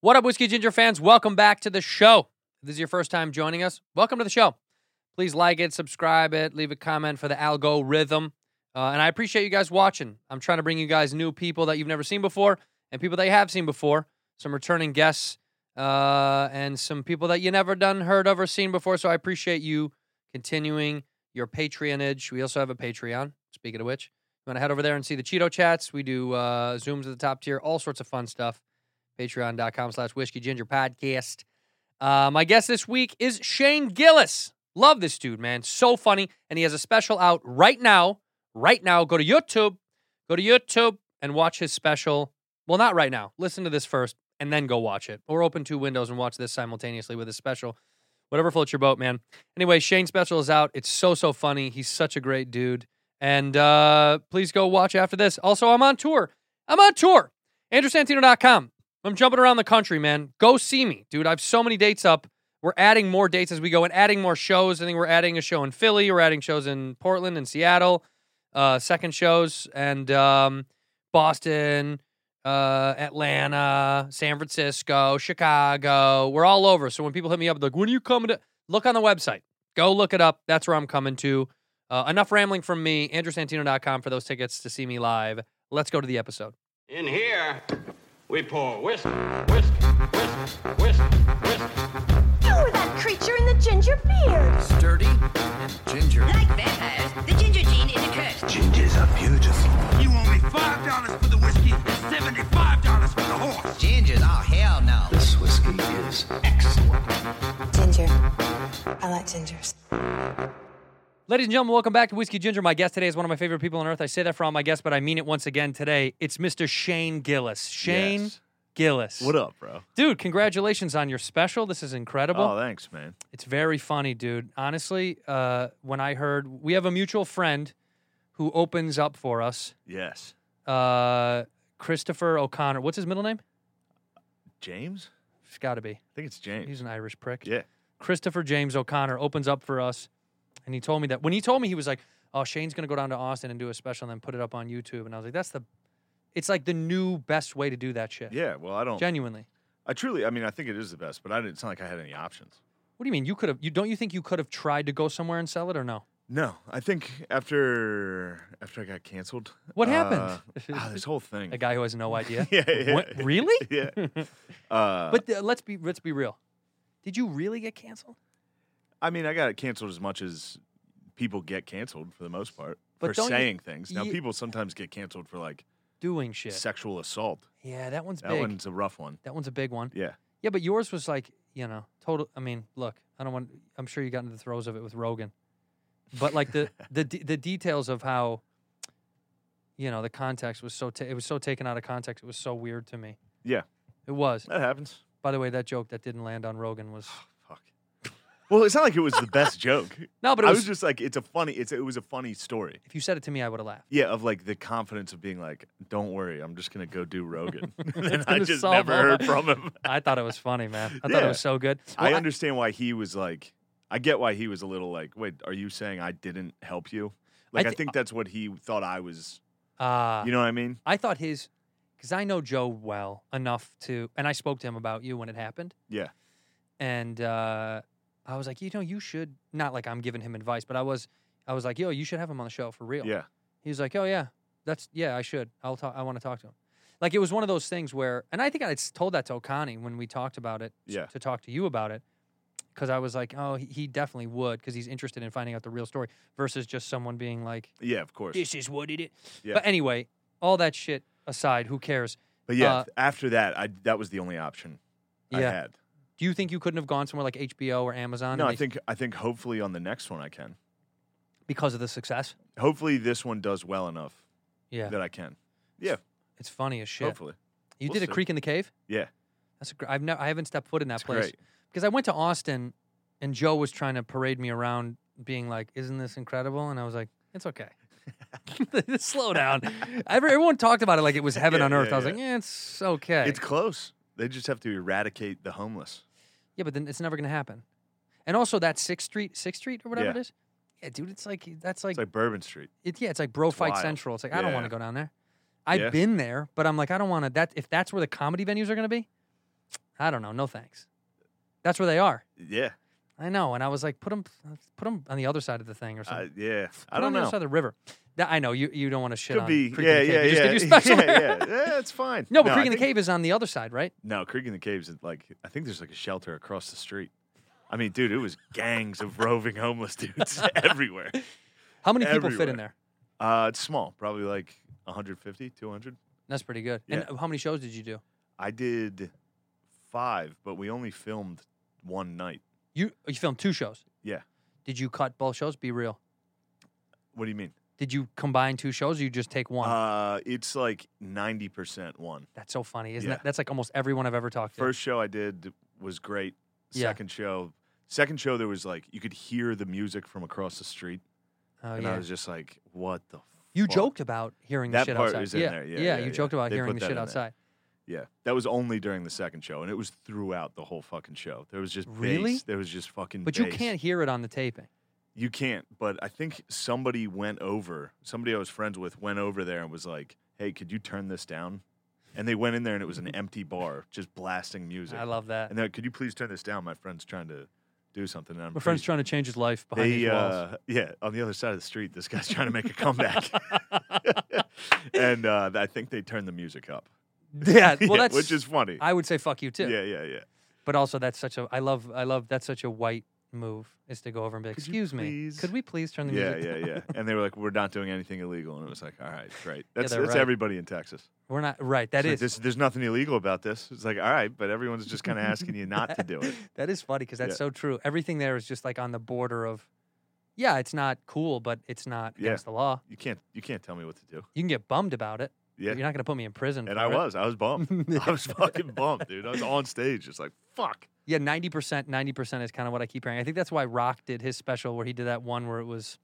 What up, Whiskey Ginger fans? Welcome back to the show. If this is your first time joining us, welcome to the show. Please like it, subscribe it, leave a comment for the algorithm. Uh, and I appreciate you guys watching. I'm trying to bring you guys new people that you've never seen before and people that you have seen before, some returning guests, uh, and some people that you never done heard of or seen before. So I appreciate you continuing your patronage. We also have a Patreon, speaking of which. You want to head over there and see the Cheeto chats. We do uh, Zooms at the top tier, all sorts of fun stuff. Patreon.com slash Whiskey Ginger Podcast. Uh, my guest this week is Shane Gillis. Love this dude, man. So funny. And he has a special out right now. Right now. Go to YouTube. Go to YouTube and watch his special. Well, not right now. Listen to this first and then go watch it. Or open two windows and watch this simultaneously with his special. Whatever floats your boat, man. Anyway, Shane's special is out. It's so, so funny. He's such a great dude. And uh, please go watch after this. Also, I'm on tour. I'm on tour. AndrewSantino.com. I'm jumping around the country, man. Go see me, dude. I have so many dates up. We're adding more dates as we go and adding more shows. I think we're adding a show in Philly. We're adding shows in Portland and Seattle, uh, second shows, and um, Boston, uh, Atlanta, San Francisco, Chicago. We're all over. So when people hit me up, they're like, when are you coming to? Look on the website. Go look it up. That's where I'm coming to. Uh, enough rambling from me. AndrewSantino.com for those tickets to see me live. Let's go to the episode. In here, we pour whisk, whisk, whisk, whisk, whisk. You were that creature in the ginger beard. sturdy and ginger. Like vampires, the ginger gene is a curse. Gingers are beautiful. You owe me five dollars for the whiskey and seventy-five dollars for the horse. Gingers, oh hell no. This whiskey is excellent. Ginger. I like gingers. Ladies and gentlemen, welcome back to Whiskey Ginger. My guest today is one of my favorite people on earth. I say that for all my guests, but I mean it once again today. It's Mr. Shane Gillis. Shane Yes. Gillis. What up, bro? Dude, congratulations on your special. This is incredible. Oh, thanks, man. It's very funny, dude. Honestly, uh, when I heard we have a mutual friend who opens up for us, Yes. uh, Christopher O'Connor. What's his middle name? James? It's got to be. I think it's James. He's an Irish prick. yeah. Christopher James O'Connor opens up for us, and he told me that when he told me he was like, "Oh, Shane's gonna go down to Austin and do a special and then put it up on YouTube," and I was like, "That's the, it's like the new best way to do that shit." Yeah. Well, I don't. genuinely. I truly, I mean, I think it is the best, but I didn't. It's not like I had any options. What do you mean? You could have? You don't you think you could have tried to go somewhere and sell it or no? No, I think after after I got canceled. What uh, happened? ah, this whole thing. A guy who has no idea. yeah, yeah. What, really? Yeah. Uh, But uh, let's be let's be real. Did you really get canceled? I mean, I got it canceled as much as people get canceled for the most part But for don't you- saying things. Now, you- people sometimes get canceled for like Doing shit. sexual assault. yeah, that one's That big. one's a rough one. that one's a big one. Yeah. Yeah, but yours was like, you know, total. I mean, look, I don't want. I'm sure you got into the throes of it with Rogan, but like the the de- the details of how, you know, the context was so ta- it was so taken out of context. It was so weird to me. Yeah. It was. That happens. By the way, that joke that didn't land on Rogan was Fuck. Well, it's not like it was the best joke. no, but it I was. was just like, it's a funny, it's it was a funny story. if you said it to me, I would have laughed. Yeah, of like the confidence of being like, don't worry, I'm just gonna go do Rogan, and then I gonna just solve never all heard my- from him. I thought it was funny, man. I thought it Yeah. was so good. I Well, understand why he was like, I get why he was a little like, wait, are you saying I didn't help you? Like, I, thi- think that's what he thought I was. Ah. You know what I mean? I thought his, because I know Joe well enough to, and I spoke to him about you when it happened. Yeah. And uh, I was like, you know, you should not like I'm giving him advice, but I was, I was like, yo, you should have him on the show for real. Yeah, He was like, oh yeah, that's yeah, I should. I'll talk. I want to talk to him. Like it was one of those things where, and I think I s- told that to Okani when we talked about it. s- Yeah. To talk to you about it. Because I was like, oh, he- he definitely would, because he's interested in finding out the real story versus just someone being like, yeah, of course. this is what it is. Yeah. But anyway, all that shit aside, who cares? But yeah, uh, after that, I that was the only option I Yeah. had. Do you think you couldn't have gone somewhere like HBO or Amazon? No, and I they- think I think hopefully on the next one I can. because of the success. Hopefully this one does well enough Yeah, that I can. it's funny as shit. Hopefully, You we'll did a see. creek in the cave. yeah, That's a gr- I've never I haven't stepped foot in that it's place great. because I went to Austin and Joe was trying to parade me around, being like, "Isn't this incredible?" And I was like, "It's okay." Slow down. Every- Everyone talked about it like it was heaven Yeah, on earth. yeah, I was yeah. like, "Yeah, it's okay." It's close. They just have to eradicate the homeless. Yeah, but then it's never gonna happen. And also that Sixth Street, Sixth Street or whatever Yeah. it is. Yeah, dude, it's like that's like, It's like Bourbon Street. it, yeah, it's like bro fight wild. central. It's like I don't want to go Yeah. down there. I've Yeah. been there, but I'm like I don't want to. That if that's where the comedy venues are gonna be, I don't know. No thanks. That's where they are. Yeah. I know. And I was like, put them, put them on the other side of the thing or something. I, yeah. Put I 'em don't on the other side know. of the river. That, I know you. You don't want to shit Could on. be. Creek in Yeah, the Cave. yeah, They just yeah. did your special. yeah, yeah. Yeah, it's fine. No, but I Creek in the think- Cave is on the other side, right? No, Creek in the Caves is like I think there's like a shelter across the street. I mean, dude, it was gangs of roving homeless dudes everywhere. How many people fit in Everywhere. there? Uh, it's small, probably like 150, 200. That's pretty good. Yeah. And how many shows did you do? I did five, but we only filmed one night. You you filmed two shows. Yeah. Did you cut both shows? Be real. What do you mean? Did you combine two shows? or You just take one. Uh, it's like 90% one. that's so funny, isn't yeah. that? That's like almost everyone I've ever talked to. First show I did was great. Yeah. Second show, second show there was like you could hear the music from across the street, oh, and yeah. I was just like, "What the?" you fuck? joked about hearing the That shit part outside. is in yeah. there. Yeah, yeah, you yeah. joked about They hearing put the that shit in there. outside. Yeah, that was only during the second show, and it was throughout the whole fucking show. There was just Really? bass. There was just fucking. But you bass. can't hear it on the taping. You can't. But I think somebody went over. Somebody I was friends with went over there and was like, "Hey, could you turn this down?" And they went in there, and it was an empty bar, just blasting music. I love that. And they're like, "Could you please turn this down? My friend's trying to do something." And I'm My friend's pretty- trying to change his life behind They, these walls. uh, yeah, on the other side of the street, this guy's trying to make a comeback, and uh, I think they turned the music up. yeah, well, Yeah, that's which is funny. I would say fuck you too. yeah, yeah, yeah. But also, that's such a I love I love that's such a white move is to go over and be like, Could you excuse me, please- could we please turn the Yeah, music? yeah, down?" yeah. And they were like, "We're not doing anything illegal," and it was like, "All right, great." That's they're that's right. everybody in Texas. We're not right. That It's like, is this- there's nothing illegal about this. It's like, all right, but everyone's just kind of asking you not to do it. that is funny because that's Yeah. so true. Everything there is just like on the border of, yeah, it's not cool, but it's not Yeah. against the law. You can't you can't tell me what to do. You can get bummed about it. but Yeah. you're not gonna put me in prison. And I for it. was, I was bummed. I was fucking bummed, dude. I was on stage, just like, fuck. Yeah, ninety percent, ninety percent is kind of what I keep hearing. I think that's why Rock did his special where he did that one where it was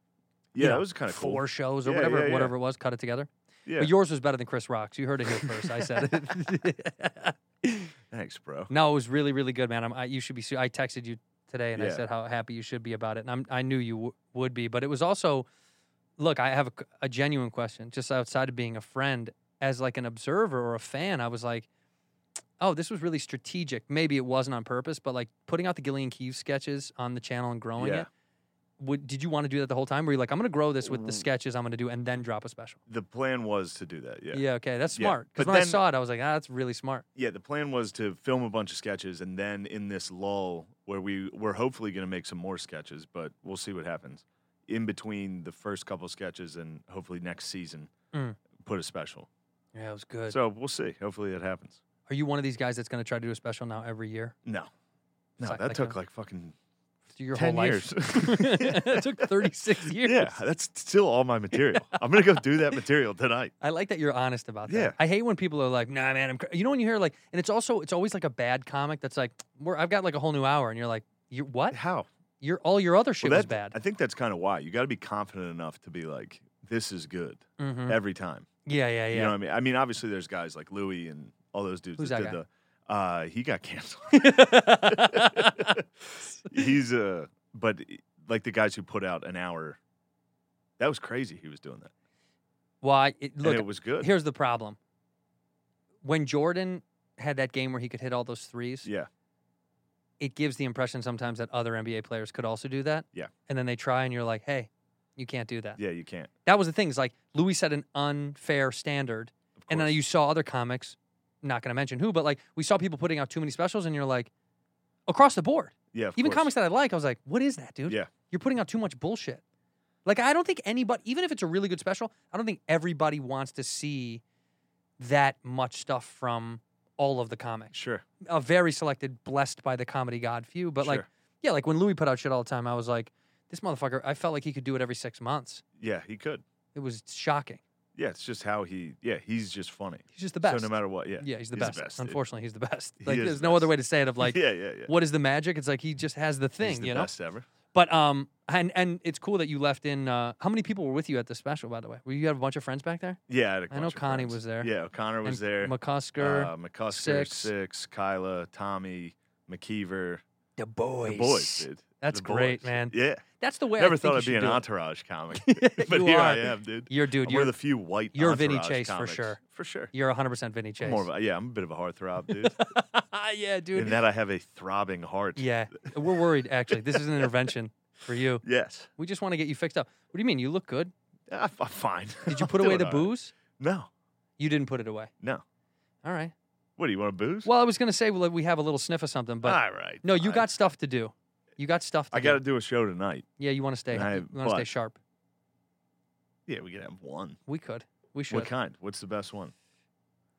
you Yeah, know, that was kind of cool. four shows or Yeah, whatever yeah, yeah. whatever it was, cut it together. Yeah. But yours was better than Chris Rock's. You heard it here first. I said it. Thanks, bro. no, it was really, really good, man. I'm, I, you should be. su- I texted you today and I Yeah. said how happy you should be about it, and I'm, I knew you w- would be. But it was also, look, I have a, c- a genuine question, just outside of being a friend, as like an observer or a fan, I was like, oh, this was really strategic. Maybe it wasn't on purpose, but like putting out the Gillian Keefe sketches on the channel and growing Yeah. it. Would, did you want to do that the whole time? Were you like, I'm going to grow this with the Mm. sketches I'm going to do and then drop a special? The plan was to do that. Yeah. Yeah, okay, that's Yeah, smart. Because but when I then- saw it, I was like, ah, that's really smart. Yeah, the plan was to film a bunch of sketches, and then in this lull where we we're hopefully going to make some more sketches, but we'll see what happens. In between the first couple sketches and hopefully next season, Mm. put a special. Yeah, it was good. So we'll see. Hopefully that happens. Are you one of these guys that's going to try to do a special now every year? No, no, like- that like took a- like fucking Your ten whole years. life? it took 36 years. yeah, that's still all my material. I'm gonna go do that material tonight. I like that you're honest about that. Yeah. I hate when people are like, "Nah, man, I'm." cr-" You know when you hear like, and it's also it's always like a bad comic that's like, "We're I've got like a whole new hour," and you're like, "You what? How? Your all your other shit Well, was that- bad." I think that's kind of why you got to be confident enough to be like, this is good Mhm. every time. Yeah, yeah, yeah. You know what I mean? I mean, obviously, there's guys like Louis and all those dudes Who's that, that did guy? the. Uh, he got canceled. He's uh, but like the guys who put out an hour, that was crazy. He was doing that, Why? It, look, and it was good. here's the problem. When Jordan had that game where he could hit all those threes, yeah, it gives the impression sometimes that other NBA players could also do that. Yeah. And then they try, and you're like, "Hey, you can't do that." yeah, you can't. That was the thing. Is like Louis set an unfair standard, and then course. you saw other comics. Not going to mention who, but like we saw people putting out too many specials, and you're like, across the board, Yeah, of even course. comics that I like, I was like, what is that, dude? Yeah. you're putting out too much bullshit. Like I don't think anybody, even if it's a really good special, I don't think everybody wants to see that much stuff from all of the comics. Sure. A very selected, blessed by the comedy god few, but like, Sure. yeah, like when Louis put out shit all the time, I was like, this motherfucker. I felt like he could do it every six months. Yeah, he could. It was shocking. Yeah, it's just how he. Yeah, he's just funny. He's just the best. So no matter what, yeah, Yeah, he's the best. dude. Unfortunately, he's the best. He Like, is there's the no other best. way to say it. Of like, yeah, yeah, yeah. what is the magic? It's like he just has the thing, he's the you know. best ever. But um, and and it's cool that you left in. Uh, how many people were with you at the special? By the way, were you have a bunch of friends back there? Yeah, I, had a I know bunch of Connie friends. was there. Yeah, O'Connor was And there. um, McCusker. uh, McCusker, Six. six. Kyla, Tommy, McKeever, The boys. The boys, dude. That's The great, boys. man. Yeah. That's the way Never I thought think I'd you be should an do it. Entourage comic, but You here I are. am, dude. You're- dude, I'm one you're- of the few white. you're Vinny Entourage Chase for comics. sure. For sure. You're 100% Vinny Chase. I'm more of a, yeah, I'm a bit of a heartthrob, dude. yeah, In dude. that I have a throbbing heart. yeah. We're worried, actually. This is an intervention for you. Yes. We just want to get you fixed up. What do you mean? You look good? I, am fine. Did you I'm put away doing the all right. booze? No. You didn't put it away. No. All right. What do you want to booze? Well, I was going to say well, we have a little sniff of something, but Ah, all right. no, you fine. got stuff to do. You got stuff to I do. got to do a show tonight. Yeah, you want to stay. I- you want to stay but- sharp. Yeah, we can have one. We could. We should. What kind? What's the best one?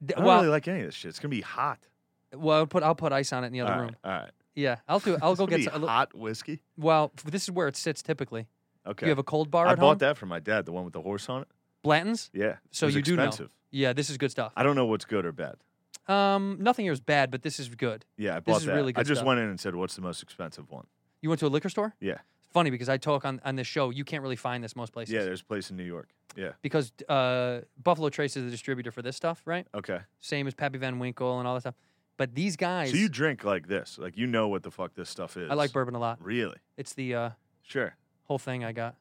D- I don't well, really like any of this shit. It's gonna be hot. well, I'll put I'll put ice on it in the other all right, room. all right. Yeah, I'll do. I'll It's go get gonna be some. a little- hot whiskey. Well, f- this is where it sits typically. Do Okay. you have a cold bar I at bought home? that for my dad, the one with the horse on it. Blanton's. Yeah. it So was you do know. expensive. Yeah, this is good stuff. I don't know what's good or bad. Um, nothing here is bad, but this is good. Yeah, I bought is that. really I good just stuff. went in and said, "What's the most expensive one?" You went to a liquor store? Yeah. Funny because I talk on on this show. You can't really find this most places. Yeah, there's a place in New York. Yeah. because uh, Buffalo Trace is the distributor for this stuff, right? Okay. Same as Pappy Van Winkle and all that stuff. But these guys, So you drink like this, like you know what the fuck this stuff is. I like bourbon a lot. Really? It's the uh, Sure. whole thing I got.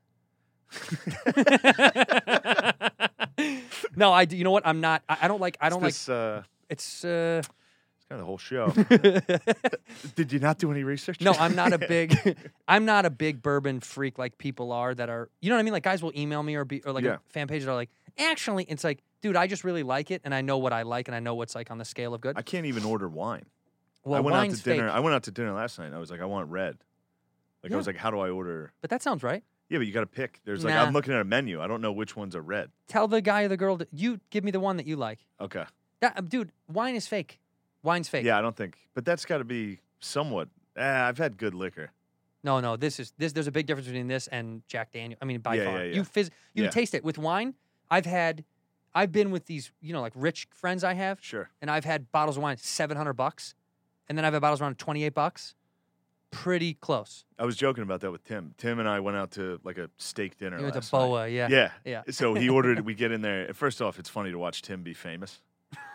no, I. do- You know what? I'm not. I, I don't like. I don't like. This, uh, It's. Uh, it's kind of the whole show. Did you not do any research? no, I'm not a big. I'm not a big bourbon freak like people are that are. You know what I mean? Like guys will email me or be or like Yeah. fan pages are like. Actually, it's like, dude, I just really like it, and I know what I like, and I know what's like on the scale of good. I can't even order wine. well, I went out wine's to dinner. fake, I went out to dinner last night. and I was like, I want red. Like I was Yeah. like, how do I order? but that sounds right. Yeah, but you got to pick. There's like Nah. I'm looking at a menu. I don't know which ones are red. Tell the guy or the girl, that you give me the one that you like. Okay. That uh, dude, wine is fake. Wine's fake. Yeah, I don't think. But that's got to be somewhat. Eh, I've had good liquor. No, no. This is this. There's a big difference between this and Jack Daniel. I mean, by Yeah, far, yeah, you yeah. phys- you Yeah. taste it with wine. I've had, I've been with these, you know, like rich friends I have, Sure. and I've had bottles of wine seven hundred bucks, and then I've had bottles of wine twenty eight bucks. Pretty close. I was joking about that with Tim. Tim and I went out to like a steak dinner. You went to last night. Boa, yeah. Yeah. Yeah. So he ordered. We get in there. First off, it's funny to watch Tim be famous.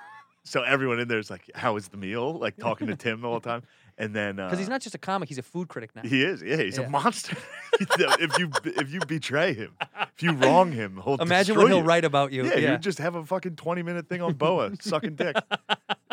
so everyone in there is like, "How was the meal?" Like talking to Tim the whole time. And then Because he's uh, not just a comic; he's a food critic now. He is. Yeah, he's Yeah. a monster. if you if you betray him, if you wrong him, he'll Imagine destroy what he'll you. write about you. Yeah, yeah. you just have a fucking twenty minute thing on Boa sucking dick.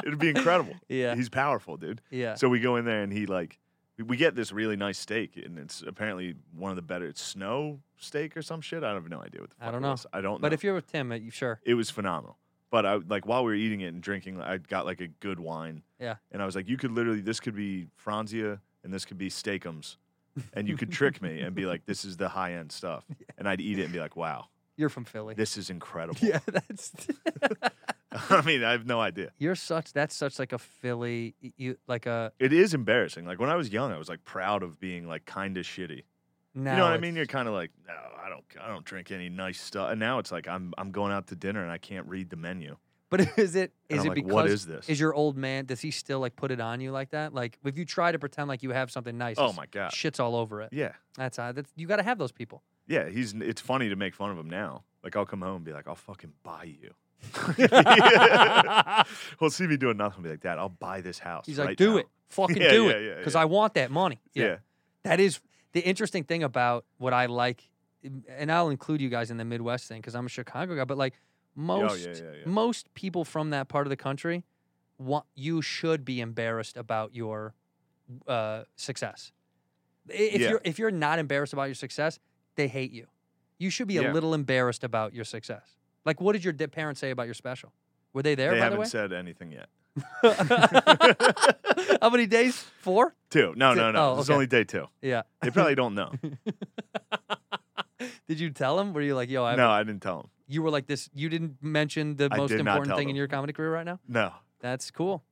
It'd be incredible. Yeah. he's powerful, dude. Yeah. So we go in there and he like we- we get this really nice steak and it's apparently one of the better it's snow steak or some shit. I have no idea what the fuck I don't It know. was. I don't. but know. if you're with Tim, uh, you sure? it was phenomenal. But I like while we were eating it and drinking, I got like a good wine. Yeah. And I was like, you could literally, this could be Franzia and this could be Steakums. And you could trick me and be like, this is the high end stuff. And I'd eat it and be like, wow, You're from Philly. this is incredible. yeah, that's. I mean, I have no idea. you're such. That's such like a Philly. You like a. It is embarrassing. Like when I was young, I was like proud of being like kind of shitty. Now you know what I it's- mean? You're kind of like, no, I don't, I don't drink any nice stuff. And now it's like, I'm, I'm going out to dinner and I can't read the menu. But is it And is it I'm like, because "What is this?" Is your old man does he still like put it on you like that? Like if you try to pretend like you have something nice, Oh it's- my God. shit's all over it. Yeah. That's uh, that's you got to have those people. Yeah, he's. It's funny to make fun of him now. Like I'll come home and be like, I'll fucking buy you. He'll see me doing nothing. and Be like, Dad, I'll buy this house. He's like, right do now." it, fucking Yeah, do yeah, it, yeah, because yeah. I want that money. Yeah. that is the interesting thing about what I like, and I'll include you guys in the Midwest thing because I'm a Chicago guy. But like most Oh, yeah, yeah. most people from that part of the country, want, you should be embarrassed about your uh, success. I- If Yeah. you're if you're not embarrassed about your success, they hate you. You should be a Yeah. little embarrassed about your success. Like, what did your di- parents say about your special? Were they there? They by the haven't way, said anything yet. how many days? Four. Two. No, no, no. Oh, This is okay. only day two. Yeah. They probably don't know. Did you tell them? Were you like, yo, I no, I didn't tell them. you were like this you didn't mention the I most did not important tell thing in them. your comedy career right now No, that's cool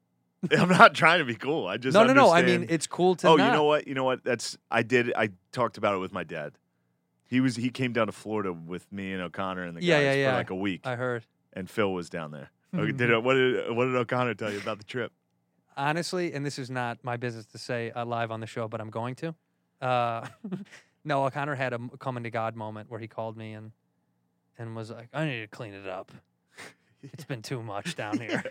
I'm not trying to be cool. I just no no no i mean understand- it's cool to oh, not. you know what? You know what? That's I did. I talked about it with my dad. He was he came down to Florida with me and O'Connor and the Yeah, guys yeah, yeah. for like a week, i heard and Phil was down there. Okay, did, what did what did O'Connor tell you about the trip? honestly and this is not my business to say uh, live on the show but i'm going to uh, no o'connor had a m- coming to god moment where he called me and and was like i need to clean it up it's been too much down here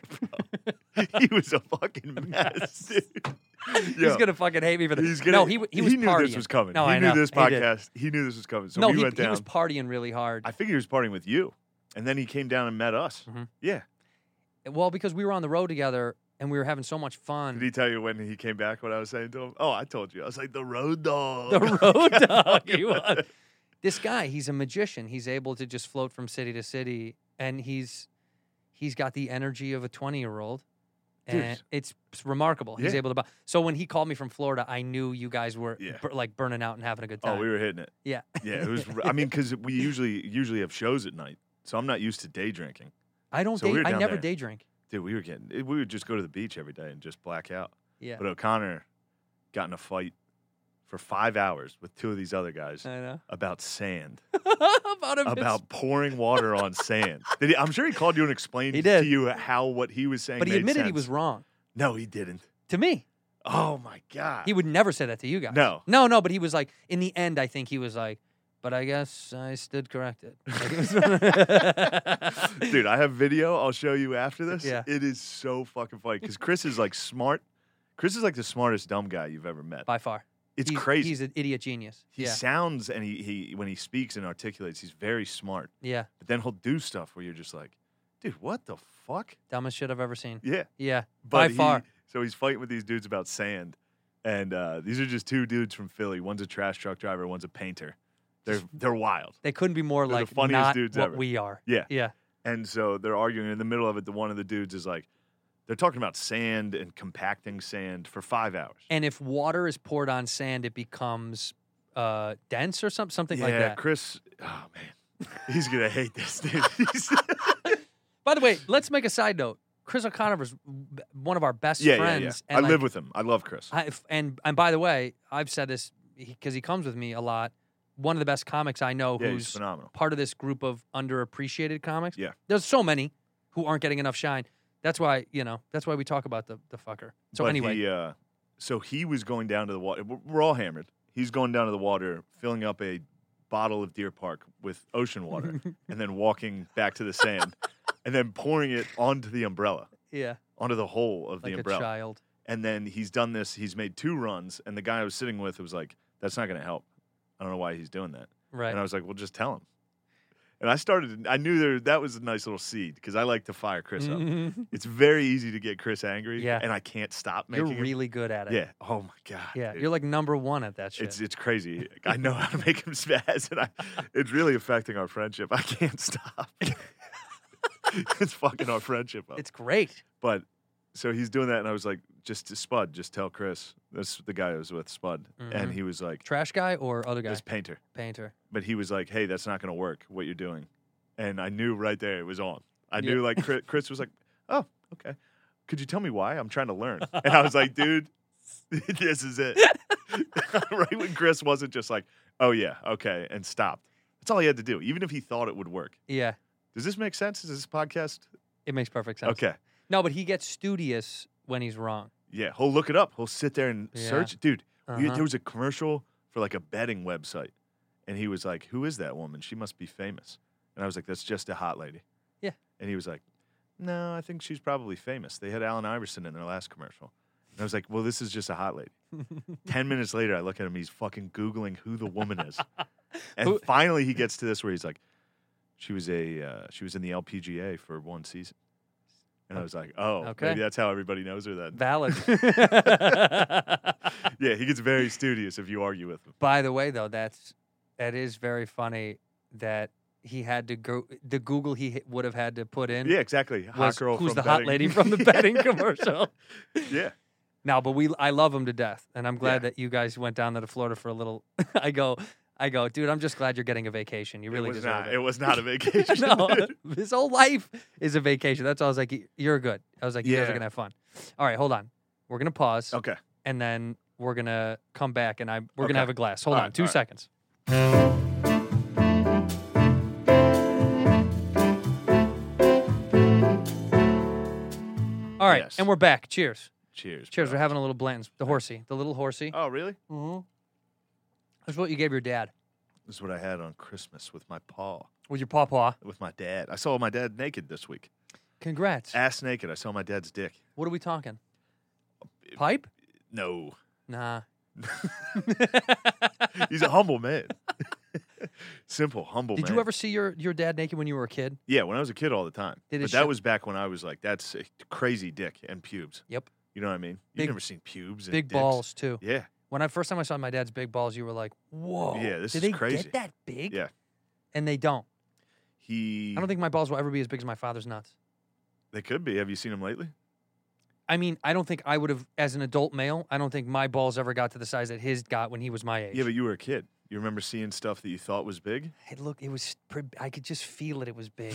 he was a fucking mess, dude. He's gonna fucking hate me for this. He's gonna, no, he w- he was knew partying. this was coming. No, he I knew know. this He did. podcast. He, knew this was coming. So no, we he, went he down. was partying really hard. I figured he was partying with you, and then he came down and met us. Yeah. well, because we were on the road together and we were having so much fun. Did he tell you when he came back what I was saying to him? Oh, I told you. I was like the road dog. the road dog. he was. This guy, he's a magician. He's able to just float from city to city, and he's he's got the energy of a twenty year old, and Dude. it's remarkable. He's Yeah. able to. bu- So when he called me from Florida, I knew you guys were Yeah. bur- like burning out and having a good Oh, time. we were hitting it. yeah, Yeah, it was. I mean, because we usually usually have shows at night, so I'm not used to day drinking. I don't. So we day, were I down never there. day drink. Dude, we were getting. eh, We would just go to the beach every day and just black out. Yeah, But O'Connor got in a fight for five hours with two of these other guys I know. about sand, About a miss- uh, about pouring water on sand. Did he, I'm sure he called you and explained He did. to you how what he was saying. but he made admitted he sense. was wrong No, he didn't. to me. Oh my god. He would never say that to you guys. No. no, no. But he was like, in the end, I think he was like, but I guess I stood corrected. Like, it was- Dude, I have video. I'll show you after this. Yeah. It is so fucking funny because Chris is like smart. Chris is like the smartest dumb guy you've ever met. by far. It's He's- crazy. He's an idiot genius. he yeah, sounds and he, he when he speaks and articulates, he's very smart. yeah, But then he'll do stuff where you're just like, dude, what the fuck? dumbest shit I've ever seen. Yeah. Yeah, by But he- far. So he's fighting with these dudes about sand. And uh, these are just two dudes from Philly. One's a trash truck driver, one's a painter. They're they're wild. They couldn't be more They're the like funniest not dudes what ever. we are. Yeah. yeah, And so they're arguing in the middle of it. The one of the dudes is like, they're talking about sand and compacting sand for five hours. and if water is poured on sand, it becomes uh, dense or something, something yeah, like that. Chris. Oh man, he's gonna hate this dude. He's- By the way, let's make a side note. Chris O'Connor was b- one of our best yeah, yeah, yeah. friends. I and, like, live with him. I love Chris. I, f- and and by the way, I've said this because he, comes with me a lot. One of the best comics I know, yeah, he's who's phenomenal. part of this group of underappreciated comics. Yeah. there's so many who aren't getting enough shine. That's why you know. That's why we talk about the the fucker. So But anyway, he, uh, so he was going down to the water. We're we're all hammered. He's going down to the water, filling up a bottle of Deer Park with ocean water, and then walking back to the sand, and then pouring it onto the umbrella, yeah, onto the hole of like the a umbrella. child. And then he's done this. He's made two runs, and the guy I was sitting with was like, "That's not going to help. I don't know why he's doing that." Right. And I was like, "Well, just tell him." And I started. I knew there that was a nice little seed because I like to fire Chris up. Mhm. It's very easy to get Chris angry. Yeah. And I can't stop You're making. him- really good at it. Yeah. Oh my god. Yeah, dude. you're like number one at that shit. It's it's crazy. I know how to make him spaz, and I, it's really affecting our friendship. I can't stop. it's fucking our friendship up. It's great. But so he's doing that, and I was like, just to Spud, just tell Chris. That's the guy I was with, Spud, and he was like, Trash guy or other Mm-hmm. guy? this painter. Painter. But he was like, hey, that's not going to work. What you're doing, and I knew right there it was on. I Yeah. knew like Chris, Chris was like, oh, okay. Could you tell me why? I'm trying to learn. And I was like, dude, this is it. right when Chris wasn't just like, oh yeah, okay, and stopped. That's all he had to do, even if he thought it would work. Yeah, Does this make sense? Is this podcast? it makes perfect sense. Okay. No, but he gets studious when he's wrong. Yeah, he'll look it up. He'll sit there and Yeah. search. Dude, we- Uh-huh. there was a commercial for like a betting website, and he was like, "Who is that woman? She must be famous." And I was like, "That's just a hot lady." Yeah. And he was like, "No, I think she's probably famous. They had Alan Iverson in their last commercial." And I was like, "Well, this is just a hot lady." Ten minutes later, I look at him. He's fucking googling who the woman is, and Who- finally he gets to this where he's like, "She was a uh, she was in the LPGA for one season." And I was like, "Oh, Okay. maybe that's how everybody knows her then." Valid. yeah, he gets very studious if you argue with him. By the way, though, that's that is very funny that he had to go the Google he h- would have had to put in. Yeah, exactly. Hot was, girl who's from the hot betting. lady from the betting commercial? yeah, No, but we I love him to death, and I'm glad Yeah. that you guys went down to Florida for a little. I go, I go, dude. I'm just glad you're getting a vacation. You really it was deserve not. it. It was not a vacation. no, dude. his whole life is a vacation. That's why I was like, "Y- you're good. I was like, you guys are Yeah. gonna have fun. All right, hold on. We're gonna pause, Okay. and then we're gonna come back, and I we're Okay. gonna have a glass. Hold All on, right, two all right. seconds. All right, Yes. and we're back. Cheers. Cheers. Cheers. bro. We're having a little Blanton's, the horsey, the little horsey. Oh, really? That's what you gave your dad. This is what I had on Christmas with my paw, With your pawpaw. with my dad. I saw my dad naked this week, Congrats. ass naked. I saw my dad's dick. What are we talking? Pipe? No. Nah. He's a humble man. Simple, humble Did man. you ever see your, your dad naked when you were a kid? Yeah, when I was a kid all the time. Did his but that shit- was back when I was like, that's a crazy dick and pubes. Yep. You know what I mean? Big- You've never seen pubes and Big dicks. balls too. Yeah. When I first time I saw my dad's big balls, you were like, "Whoa, Yeah, this do is they crazy." Get that big? Yeah. and they don't. He I don't think my balls will ever be as big as my father's nuts. they could be. Have you seen him lately? I mean, I don't think I would have, as an adult male, I don't think my balls ever got to the size that his got when he was my age. Yeah, but you were a kid. You remember seeing stuff that you thought was big? it looked, it was, pre- I could just feel it. It was big.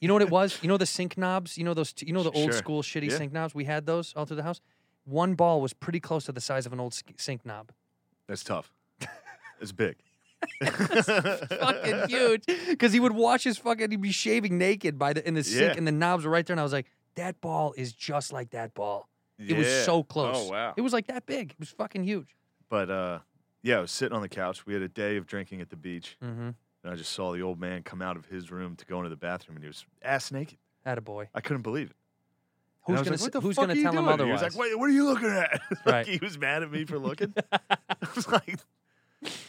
you know what it was? You know the sink knobs? You know those? T- you know the old Sure. school shitty Yeah. sink knobs? We had those all through the house. One ball was pretty close to the size of an old sk- sink knob. That's tough. It's big. fucking huge. Because he would wash his fucking, he'd be shaving naked by the in the sink, Yeah. and the knobs were right there. And I was like, that ball is just like that ball. It was Yeah. so close. Oh wow. It was like that big. It was fucking huge. But uh yeah, I was sitting on the couch. We had a day of drinking at the beach, Mm-hmm. and I just saw the old man come out of his room to go into the bathroom, and he was ass naked. Attaboy. I couldn't believe it. And Who's I was gonna like, s- "What the Who's fuck gonna are you tell him doing?" otherwise? He was like, "Wait, what are you looking at?" Like, Right. He was mad at me for looking. I was like,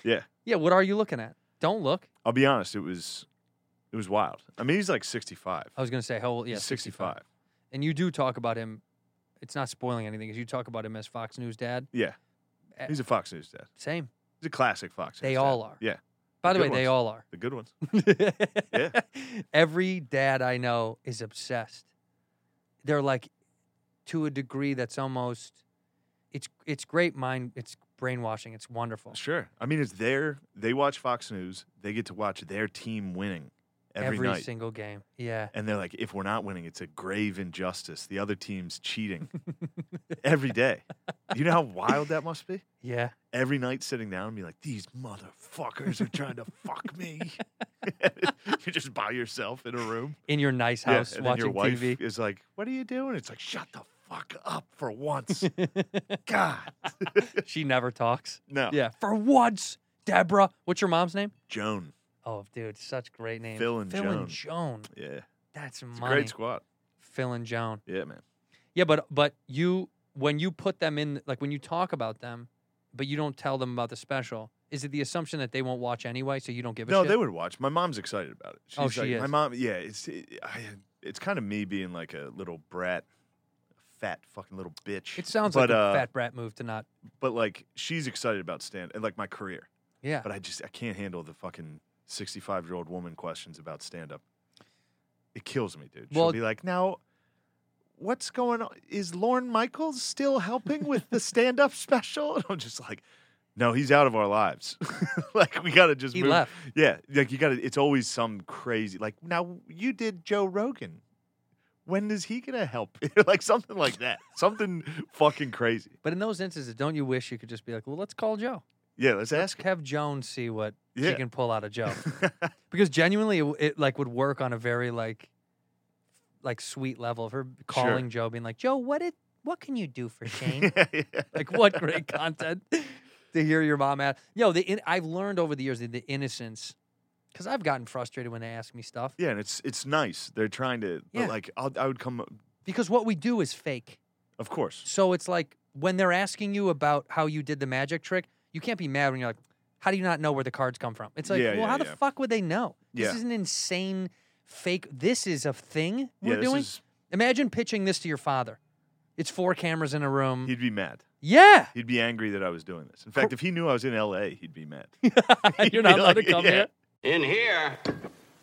"Yeah." yeah. What are you looking at? Don't look. I'll be honest. It was, it was wild. I mean, he's like sixty-five. I was gonna say how old? Oh, Yeah, He's 65. And you do talk about him. It's not spoiling anything because you talk about him as Fox News dad. Yeah, Eh. he's a Fox News dad. Same. He's a classic Fox. They News dad. all are. Yeah, By the way, good they ones. all are. the good ones. Every dad I know is obsessed. They're like to a degree that's almost it's it's great mind it's brainwashing. It's wonderful. Sure. I mean, it's their. They watch Fox News. They get to watch their team winning every, night. single game. Yeah. and they're like, if we're not winning, it's a grave injustice. The other team's cheating every day. You know how wild that must be? Yeah. every night sitting down and be like, these motherfuckers are trying to fuck me. You're just by yourself in a room. In your nice Yeah, house and then watching your wife TV. is like, what are you doing? It's like, shut the fuck up for once. God. She never talks. No. Yeah. For once, Deborah. What's your mom's name? Joan. Oh, dude, such great name. Phil and Phil Joan. and Joan. Yeah. That's It's a money. great squad. Phil and Joan. Yeah, man. Yeah, but but you when you put them in, like when you talk about them, but you don't tell them about the special. Is it the assumption that they won't watch anyway, so you don't give a No, shit? they would watch. My mom's excited about it. She's Oh, she like, My is. mom, yeah, it's it, I, it's kind of me being like a little brat, fat fucking little bitch. It sounds but, like a uh, fat brat move to not. But like, she's excited about stand and like my career. Yeah, but I just I can't handle the fucking sixty five year old woman questions about stand up. It kills me, dude. Well- She'll be like, now what's going on? Is Lorne Michaels still helping with the stand up special? And I'm just like, no, he's out of our lives. like we gotta just He move. left. Yeah. Like you gotta it's always some crazy like now you did Joe Rogan. When is he gonna help? like something like that. something fucking crazy. but in those instances, don't you wish you could just be like, "Well, let's call Joe. Yeah, let's ask him. Have Joan see what she Yeah. can pull out of Joe." because genuinely, it, w- it like would work on a very like, like sweet level of her calling Joe, being like, "Joe, what did what can you do for Shane?" like what great content to hear your mom ask. Yo, the in, I've learned over the years the, the innocence because I've gotten frustrated when they ask me stuff Yeah, and it's it's nice. They're trying to, Yeah. but like I'll, I would come, because what we do is fake. of course. So it's like when they're asking you about how you did the magic trick, you can't be mad when you're like, "How do you not know where the cards come from?" It's like, Yeah, well, yeah, how the yeah. fuck would they know? This Yeah. is an insane fake. This is a thing we're yeah, this doing. is- Imagine pitching this to your father. It's four cameras in a room. he'd be mad. yeah, He'd be angry that I was doing this. In fact, if he knew I was in L.A., he'd be mad. you're not be allowed to like, come yeah. here. In here,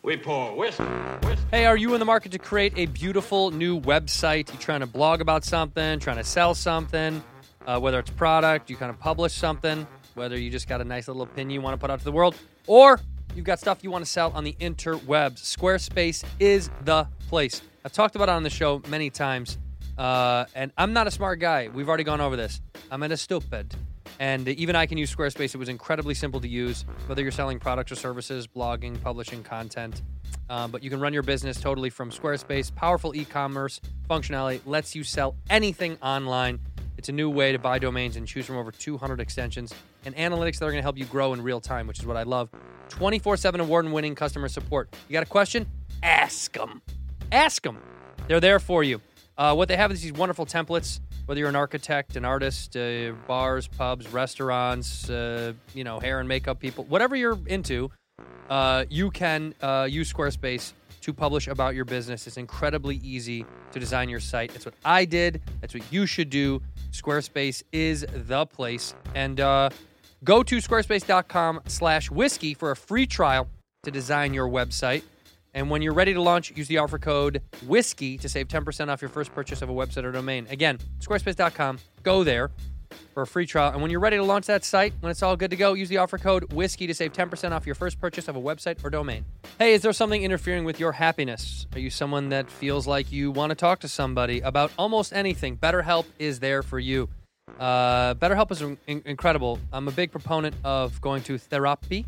we pour whiskey, whiskey. Hey, are you in the market to create a beautiful new website? You trying to blog about something, trying to sell something, uh, whether it's product, you kind of publish something, whether you just got a nice little opinion you want to put out to the world, or you've got stuff you want to sell on the interwebs. Squarespace is the place. I've talked about it on the show many times, uh, and I'm not a smart guy. We've already gone over this. I'm in a stupid. And even I can use Squarespace. It was incredibly simple to use, whether you're selling products or services, blogging, publishing content. Um, but you can run your business totally from Squarespace. Powerful e commerce functionality lets you sell anything online. It's a new way to buy domains and choose from over 200 extensions and analytics that are going to help you grow in real time, which is what I love. 24 7 award winning customer support. You got a question? Ask them. Ask them. They're there for you. Uh, what they have is these wonderful templates Whether you're an architect, an artist, uh, bars, pubs, restaurants, uh, you know, hair and makeup people, whatever you're into, uh, you can uh, use Squarespace to publish about your business. It's incredibly easy to design your site. That's what I did. That's what you should do. Squarespace is the place. And uh, go to squarespace.com slash whiskey for a free trial to design your website. And when you're ready to launch, use the offer code whiskey to save 10% off your first purchase of a website or domain. Again, squarespace.com. Go there for a free trial. And when you're ready to launch that site, when it's all good to go, use the offer code WHISKEY to save 10% off your first purchase of a website or domain. Hey, is there something interfering with your happiness? Are you someone that feels like you want to talk to somebody about almost anything? BetterHelp is there for you. Uh, BetterHelp is in- incredible. I'm a big proponent of going to therapy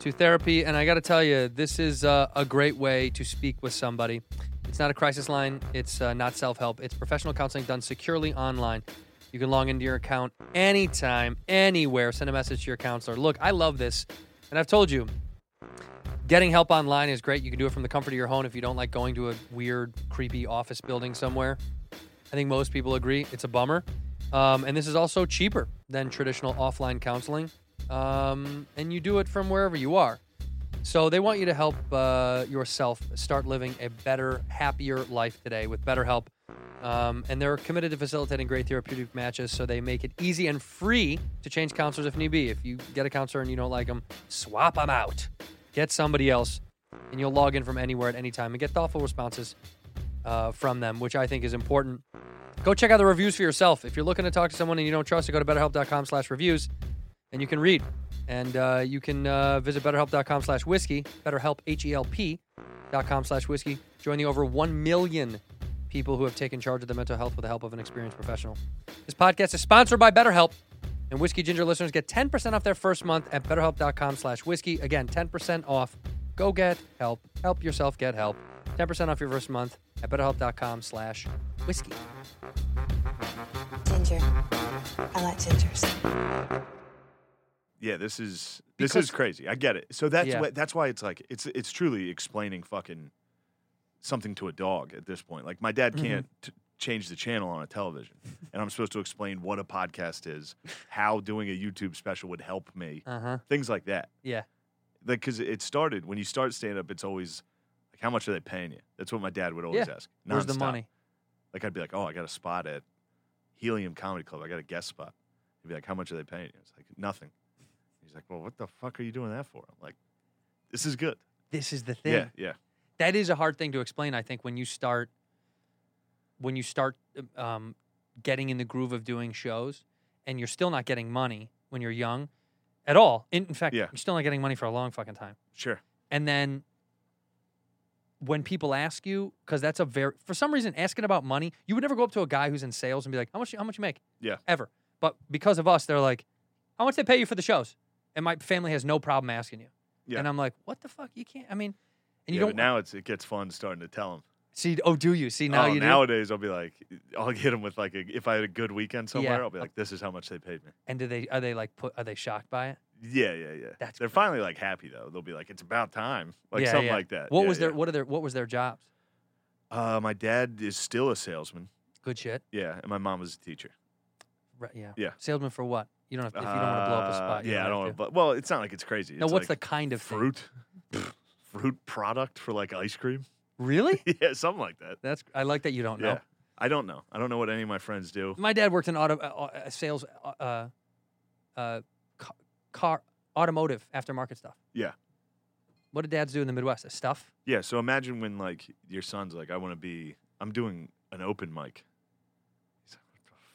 to therapy. And I got to tell you, this is uh, a great way to speak with somebody. It's not a crisis line, it's uh, not self help, it's professional counseling done securely online. You can log into your account anytime, anywhere, send a message to your counselor. Look, I love this. And I've told you, getting help online is great. You can do it from the comfort of your home if you don't like going to a weird, creepy office building somewhere. I think most people agree it's a bummer. Um, and this is also cheaper than traditional offline counseling. Um, and you do it from wherever you are. So they want you to help uh, yourself start living a better, happier life today with BetterHelp. Um, and they're committed to facilitating great therapeutic matches, so they make it easy and free to change counselors if need be. If you get a counselor and you don't like them, swap them out. Get somebody else, and you'll log in from anywhere at any time and get thoughtful responses uh, from them, which I think is important. Go check out the reviews for yourself. If you're looking to talk to someone and you don't trust it, go to betterhelp.com slash reviews and you can read. And uh, you can uh, visit betterhelp.com slash whiskey, betterhelp, H-E-L-P, dot com slash whiskey. Join the over 1 million people who have taken charge of their mental health with the help of an experienced professional. This podcast is sponsored by BetterHelp. And Whiskey Ginger listeners get 10% off their first month at betterhelp.com slash whiskey. Again, 10% off. Go get help. Help yourself get help. 10% off your first month at betterhelp.com slash whiskey. Ginger. I like gingers. Yeah, this is this Because- is crazy. I get it. So that's Yeah. why that's why it's like it's it's truly explaining fucking something to a dog at this point. Like my dad Mm-hmm. can't t- change the channel on a television, and I'm supposed to explain what a podcast is, how doing a YouTube special would help me, Uh-huh. things like that. Yeah. Like because it started when you start stand up, it's always like how much are they paying you? That's what my dad would always Yeah. ask. Where's the nonstop. money? Like I'd be like, oh, I got a spot at Helium Comedy Club. I got a guest spot. He'd be like, how much are they paying you? It's like nothing. He's like, well, what the fuck are you doing that for? I'm like, this is good. This is the thing. Yeah, yeah, that is a hard thing to explain i think when you start when you start um, getting in the groove of doing shows and you're still not getting money when you're young at all in, in fact Yeah. you're still not getting money for a long fucking time sure. and then when people ask you because that's a very for some reason asking about money you would never go up to a guy who's in sales and be like how much how much you make Yeah. ever but because of us they're like how much they pay you for the shows and my family has no problem asking you Yeah. and i'm like what the fuck you can't i mean and you yeah, don't but now it's it gets fun starting to tell him. See, oh, do you see now? oh, you do? nowadays I'll be like, I'll hit him with like, a, if I had a good weekend somewhere, Yeah. I'll be like, this is how much they paid me. And do they are they like put are they shocked by it? Yeah, yeah, yeah. That's They're finally like happy though. They'll be like, it's about time, like Yeah, something yeah. like that. What Uh, Yeah, was their yeah. what are their what was their jobs? Uh, my dad is still a salesman. Good shit. Yeah, and my mom was a teacher. Right, yeah. Yeah. Salesman for what? You don't have if you don't want to blow up a Uh, spot. you yeah, I don't have want to. But well, it's not like it's crazy. No, It's what's like the kind of thing? fruit? fruit product for like ice cream? Really? yeah, something like that. That's I like that you don't know. Yeah, I don't know. I don't know what any of my friends do. My dad worked in auto uh, uh, sales uh uh ca- car automotive aftermarket stuff. Yeah, What did dads do in the Midwest? Uh, Stuff? yeah. So imagine when like your son's like, I want to be. I'm doing an open mic. He's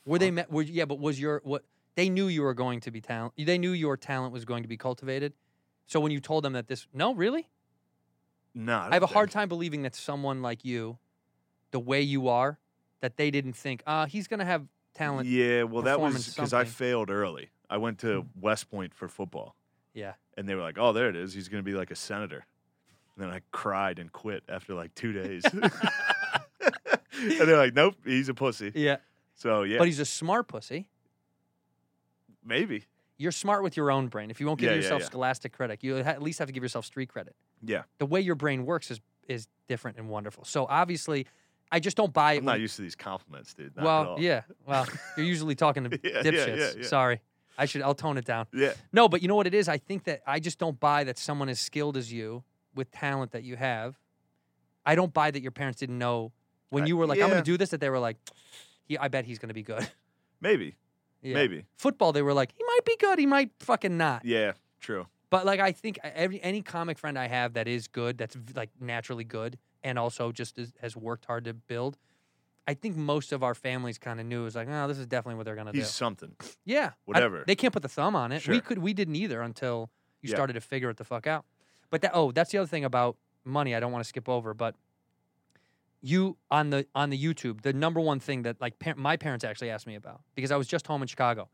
Were they met? Were, yeah, but was your what? They knew you were going to be talent. They knew your talent was going to be cultivated. So when you told them that this, no, really, like, nah, I have a hard time believing that someone like you, the way you are, that they didn't think, uh, he's going to have talent. Yeah, well, that was performance because I something. Mm. failed early. I went to West Point for football, Yeah. and they were like, "Oh, there it is. He's going to be like a senator." And then I cried and quit after like two days. and they're like, "Nope, he's a pussy." yeah, So yeah, But he's a smart pussy. maybe. You're smart with your own brain. If you won't give Yeah, yeah, yourself yeah. scholastic credit, you ha- at least have to give yourself street credit. Yeah. The way your brain works is is different and wonderful. So obviously, I just don't buy it. I'm when- not used to these compliments, dude. Not at well, all. yeah. Well, you're usually talking to Yeah, yeah, dipshits. yeah, yeah. Sorry. I should. I'll tone it down. Yeah. No, but you know what it is? I think that I just don't buy that someone as skilled as you with talent that you have. I don't buy that your parents didn't know when I- you were like, I'm yeah. going to do this, that they were like, he, I bet he's going to be good. Maybe. Yeah. Maybe. Football, they were like, he might be good, he might fucking not. Yeah. True. But like, I think every any comic friend I have that is good, that's v- like naturally good, and also just is, has worked hard to build. I think most of our families kind of knew it was like, oh, this is definitely what they're going to do. He's something. Yeah. I- Whatever. they can't put the thumb on it. We Sure. could we didn't either until you Yeah. started to figure it the fuck out. But that oh, that's the other thing about money I don't want to skip over, but you on the on the YouTube, the number one thing that like par- my parents actually asked me about because I was just home in Chicago.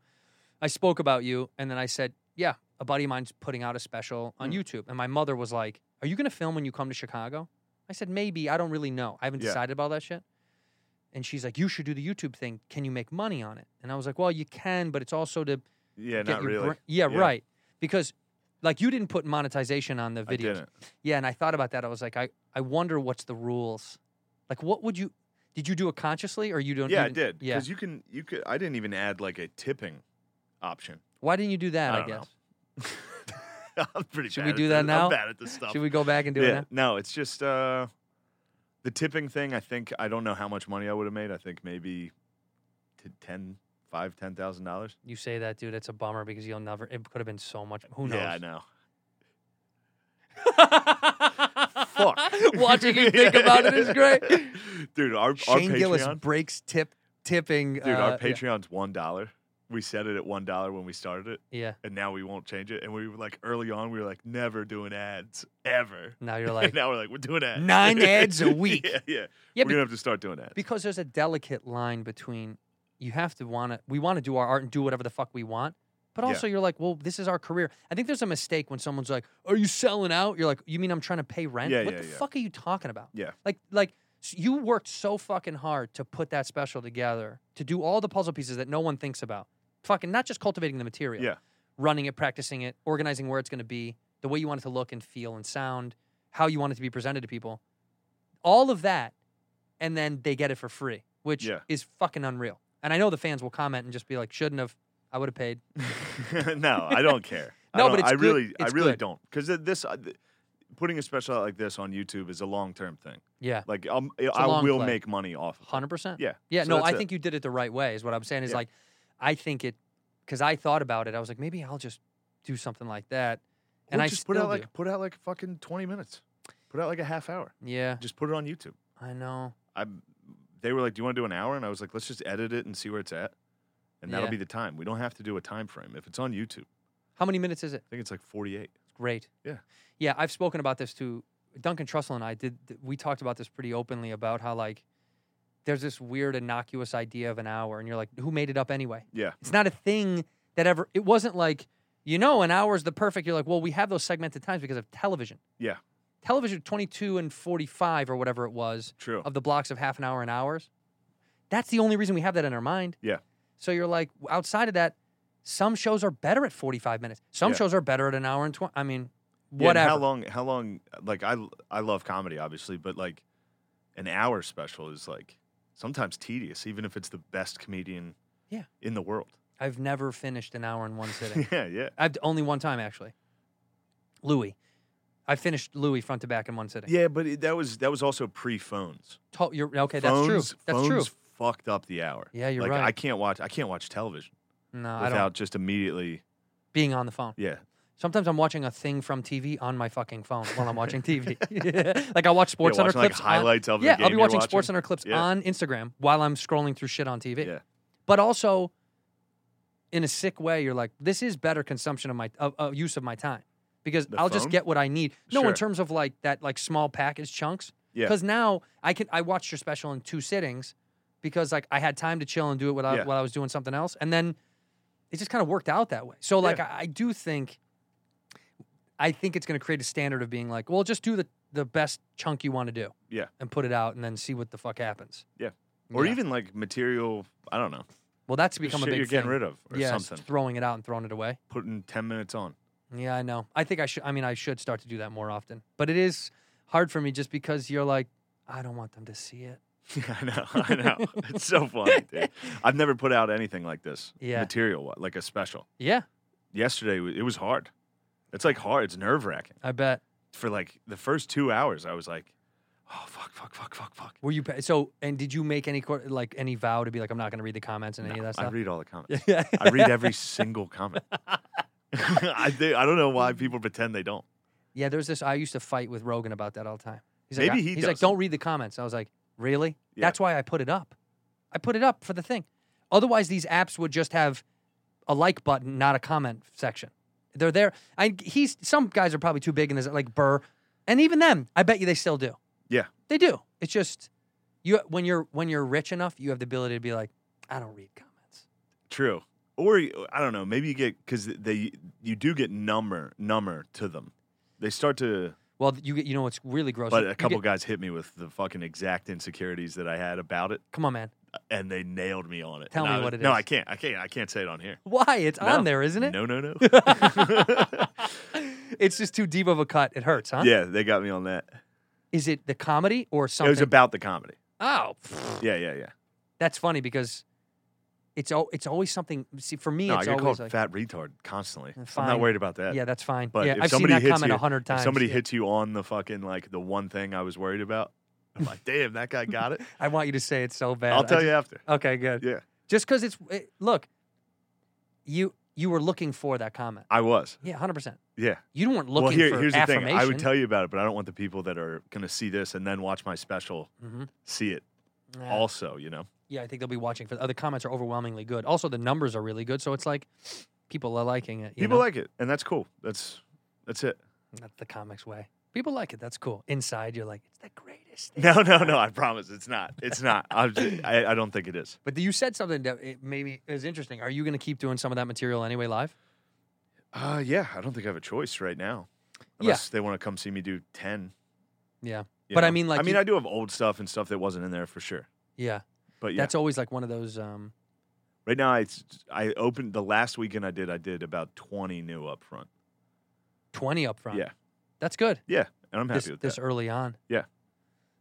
I spoke about you and then I said, "Yeah, a buddy of mine's putting out a special on Hmm. YouTube." And my mother was like, "Are you going to film when you come to Chicago?" I said, "Maybe. I don't really know. I haven't Yeah. decided about all that shit." And she's like, "You should do the YouTube thing. Can you make money on it?" And I was like, "Well, you can, but it's also to Yeah. get Not your really. bra- yeah, Yeah. right. Because like you didn't put monetization on the videos. I didn't. Yeah, and I thought about that. I was like, I, I wonder what's the rules. Like, what would you? Did you do it consciously, or you don't? Yeah, you I didn't- did. Yeah. Because you can. You could. I didn't even add like a tipping option. Why didn't you do that? I I, don't know. guess. I'm pretty. Should bad we at do that this. now? I'm bad at this stuff. Should we go back and do yeah. it? Now? No, it's just uh, the tipping thing. I think I don't know how much money I would have made. I think maybe t- ten, five, ten thousand dollars. You say that, dude. It's a bummer because you'll never. It could have been so much. Who knows? Yeah, I know. Fuck. Watching you think about it is great. dude. Our, our Shane Patreon, Gillis breaks tip tipping. dude. uh, Our Patreon's one dollar. We set it at one dollar when we started it, Yeah. yeah. and now we won't change it. And we were like early on, we were like never doing ads ever. Now you're And like now we're like we're doing ads. nine ads a week. yeah, yeah. Yeah, we're be- gonna have to start doing ads. because there's a delicate line between you have to want to we want to do our art and do whatever the fuck we want but Yeah. also you're like well this is our career i think there's a mistake when someone's like are you selling out you're like you mean i'm trying to pay rent Yeah, what yeah, the yeah. fuck are you talking about Yeah. like like s- you worked so fucking hard to put that special together to do all the puzzle pieces that no one thinks about fucking not just cultivating the material Yeah. running it practicing it organizing where it's going to be the way you want it to look and feel and sound how you want it to be presented to people all of that and then they get it for free, which Yeah. is fucking unreal. And I know the fans will comment and just be like, "Shouldn't have. I would have paid." no, I don't care. I No, don't- but it's I good- really, it's I really good. don't because this uh, th- putting a special out like this on YouTube is a long term thing. Yeah, Like um, I I long will play. make money off. Of it. hundred percent. Yeah, yeah. so no, that's I it. think you did it the right way. Is what I'm saying is Yeah. like, I think it because I thought about it. I was like, maybe I'll just do something like that, and Or I just still put out do. like put out like fucking twenty minutes. Put out like a half hour. yeah, Just put it on YouTube. I know. I they were like, "Do you want to do an hour?" And I was like, "Let's just edit it and see where it's at." And that'll Yeah. be the time. We don't have to do a time frame. If it's on YouTube, How many minutes is it? I think it's like 48. It's great. Yeah. Yeah, I've spoken about this to Duncan Trussell and I did th- we talked about this pretty openly about how like there's this weird innocuous idea of an hour and you're like who made it up anyway? Yeah. It's not a thing that ever it wasn't like you know an hour is the perfect you're like well we have those segmented times because of television. Yeah. Television 22 and 45 or whatever it was True. of the blocks of half an hour and hours. That's the only reason we have that in our mind. Yeah. So you're like outside of that some shows are better at 45 minutes. Some Yeah. shows are better at an hour and 20 I mean Yeah, and whatever. how long? How long? Like I, I love comedy, obviously, but like an hour special is like sometimes tedious, even if it's the best comedian, Yeah. in the world. I've never finished an hour in one sitting. yeah, yeah, I've only one time actually. Louis. I finished Louis front to back in one sitting. yeah. But it, that was that was also pre phones. To- you're- okay, that's phones, true. That's phones true. Fucked up the hour. Yeah, you're like, right. I can't watch. I can't watch television No, I don't. without just immediately. Being on the phone. Yeah, Sometimes I'm watching a thing from TV on my fucking phone while I'm watching TV. like I watch Sports Center watching, like, clips. highlights on, of the yeah, I'll game be you're watching, watching. Sports Center clips Yeah. on Instagram while I'm scrolling through shit on TV. Yeah. But also, in a sick way, you're like, this is better consumption of my of, of use of my time because The I'll just phone? get what I need. No, in Sure. terms of like that like small package chunks. Yeah. Because now I can I watched your special in two sittings because like I had time to chill and do it while, I, Yeah. while I was doing something else, and then it just kind of worked out that way. So like I, I do think I think it's going to create a standard of being like, well, just do the the best chunk you want to do yeah, and put it out, and then see what the fuck happens. yeah. Or Yeah. even like material. I don't know. Well, that's become a shit big you're getting thing. rid of or yeah, it's something. throwing it out and throwing it away. Putting ten minutes on. Yeah, I know. I think I should. I mean, I should start to do that more often. But it is hard for me just because you're like, I don't want them to see it. I know, I know. It's so funny, dude. I've never put out anything like this. Yeah. Material, like a special. Yeah, Yesterday, it was hard. It's like hard. It's nerve wracking. I bet. For like the first two hours, I was like, oh, fuck, fuck, fuck, fuck, fuck. Were you pa- so? And did you make any cor- like any vow to be like, I'm not going to read the comments and any of that I stuff? read all the comments. yeah, I read every single comment. I, do, I don't know why people pretend they don't. yeah. There's this. I used to fight with Rogan about that all the time. He's like, Maybe I- he he's like, doesn't. don't read the comments. I was like, really? Yeah. That's why I put it up. I put it up for the thing. Otherwise, these apps would just have a like button, not a comment section. They're there. I he's some guys are probably too big in this, like Burr, and even them. I bet you they still do. Yeah. They do. It's just you when you're when you're rich enough, you have the ability to be like, I don't read comments. True. Or you- I don't know. Maybe you get because they you do get number number to them. They start to. Well, you get you know what's really gross. But You a get- couple guys hit me with the fucking exact insecurities that I had about it, Come on, man. and they nailed me on it. Tell And me I was- what it No, is. I can't. I can't. I can't say it on here. Why? It's No. on there, isn't it? No, no, no. It's just too deep of a cut. It hurts, huh? yeah, they got me on that. Is it the comedy or It something? was about the comedy. oh, pfft. Yeah, yeah, yeah. that's funny because it's al- it's always something. See, for me, No, I it's get always called like, uh, fat retard constantly. I'm Fine. not worried about that. yeah, that's fine. But yeah, if I've seen somebody that hits comment you, a hundred if times. somebody yeah. hits you on the fucking like the one thing I was worried about. I'm like, damn, that guy got it. I want you to say it so bad. I'll I tell just- you after. Okay, good. Yeah, Just because it's it, look, you you were looking for that comment. I was. Yeah, hundred percent. Yeah. You weren't looking well, here, for here's the affirmation. thing. I would tell you about it, but I don't want the people that are going to see this and then watch my special Mhm. see it. Nah. Also, you know, Yeah, I think they'll be watching for. Other comments are overwhelmingly good. Also, the numbers are really good, so it's like people are liking it. You people know? like it, and that's cool. That's that's it. that's the comics way. People like it. That's cool. Inside, you're like, it's the greatest. Thing. No, no, no. I promise, it's not. It's not. I'm just- I, I don't think it is. But you said something that it maybe is interesting. Are you going to keep doing some of that material anyway, live? Uh, yeah, I don't think I have a choice right now, Yeah. unless they want to come see me do ten. Yeah. you But I know? mean, like, I mean, you- I do have old stuff and stuff that wasn't in there for sure. Yeah. But yeah, That's always like one of those. Um, right now, I I opened the last weekend I did. I did about twenty new up front. 20 up front. Yeah, That's good. yeah, and I'm happy This, with this that. early on. Yeah.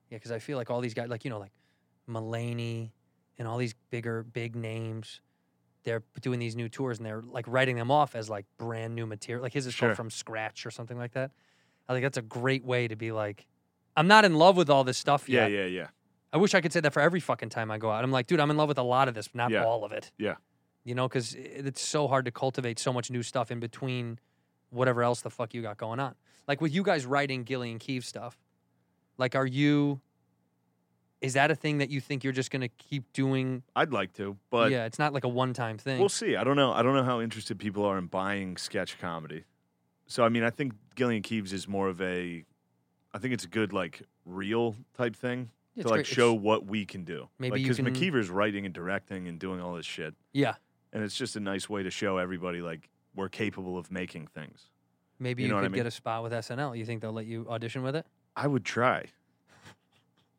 Yeah, because I feel like all these guys, like, you know, like Mulaney and all these bigger, big names, they're doing these new tours and they're like writing them off as like brand new material. Like his is Sure. called From Scratch or something like that. I think that's a great way to be like, I'm not in love with all this stuff Yeah, yet. yeah, yeah. I wish I could say that for every fucking time I go out. I'm like, dude, I'm in love with a lot of this, but not Yeah. all of it. Yeah. You know, because it's so hard to cultivate so much new stuff in between whatever else the fuck you got going on. Like with you guys writing Gilly and Keeve stuff, like, are you, is that a thing that you think you're just going to keep doing? I'd like to, but yeah, it's not like a one time thing. We'll see. I don't know. I don't know how interested people are in buying sketch comedy. So I mean, I think Gillian Keeves is more of a, I think it's a good like real type thing Yeah, it's to like great. It's- show what we can do. Maybe you because can- McKeever's writing and directing and doing all this shit, yeah. and it's just a nice way to show everybody like we're capable of making things. Maybe You you, know what could I mean? get a spot with SNL. You think they'll let you audition with it? I would try.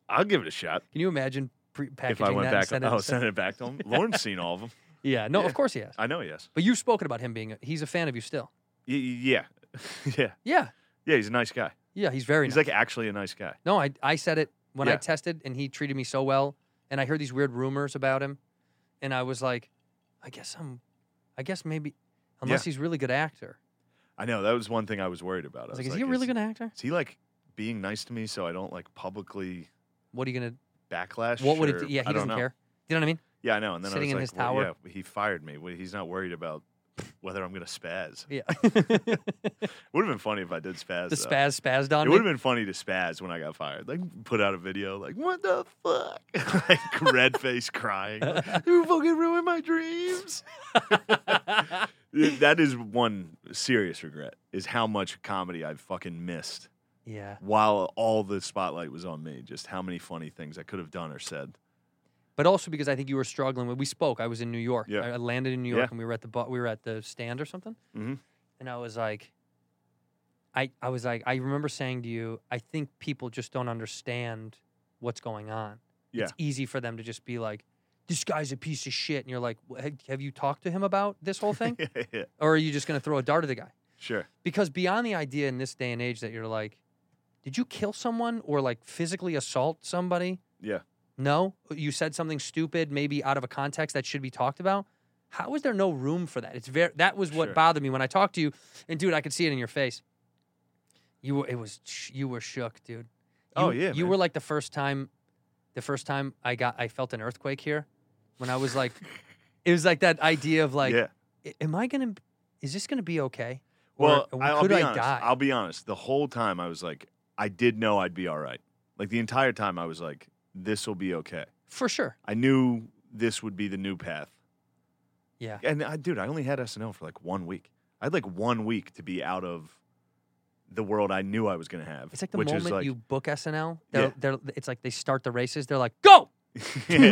I'll give it a shot Can you imagine pre- if packaging I went that and back. send I'll it? send it back to him. Lauren's seen all of them. Yeah, no, Yeah. of course he has. I know. Yes. But you've spoken about him being, a, he's a fan of you still. Y- y- yeah. yeah. Yeah. Yeah. He's a nice guy. Yeah, he's very He's nice. like actually a nice guy. No, I I said it when I Yeah. tested, and he treated me so well. And I heard these weird rumors about him, and I was like, I guess I'm, I guess maybe, unless he's really good actor. I know that was one thing I was worried about. I I was like, is he a really good actor? Is he like being nice to me so I don't like publicly What are you gonna? backlash? What would or- it? Yeah, I he don't doesn't know. care. You know what I mean? Yeah, I know. And then Sitting I in was his like, well, tower. yeah, he fired me. Well, He's not worried about whether I'm gonna spaz. Yeah. Would have been funny if I did spaz. the though. spaz spazzed uh, It on would have me. been funny to spaz when I got fired. Like, put out a video, like, what the fuck? like, red face crying. like, you fucking ruined my dreams. that is one serious regret, is how much comedy I've fucking missed. yeah. while all the spotlight was on me, just how many funny things I could have done or said. But also because I think you were struggling. When we spoke, I was in New York. Yeah. I I landed in New York, Yeah. and we were at the bu- we were at the stand or something. Mhm. And I was like, I I was like, I remember saying to you, I think people just don't understand what's going on. Yeah. It's easy for them to just be like, this guy's a piece of shit, and you're like, "Wha- have- have you talked to him about this whole thing, yeah, or are you just gonna throw a dart at the guy? sure. Because beyond the idea in this day and age that you're like, did you kill someone or like physically assault somebody? Yeah. No, you said something stupid, maybe out of a context that should be talked about. How is there no room for that? It's very that was what Sure. bothered me when I talked to you, and dude, I could see it in your face. You were it was sh- you were shook, dude. Oh, You- yeah, you man. were like the first time, the first time I got I felt an earthquake here, when I was like, it was like that idea of like, yeah. "A- am I gonna, is this gonna be okay? Well, or I'll could be I honest. die? I'll be honest. The whole time I was like, I did know I'd be all right. Like the entire time I was like, this will be okay. For sure. I knew this would be the new path. Yeah. And I, dude, I only had SNL for like one week. I had like one week to be out of the world I knew I was going to have. It's like the which moment is like, you book SNL, they're, Yeah. they're, it's like they start the races. They're like, go! Yeah,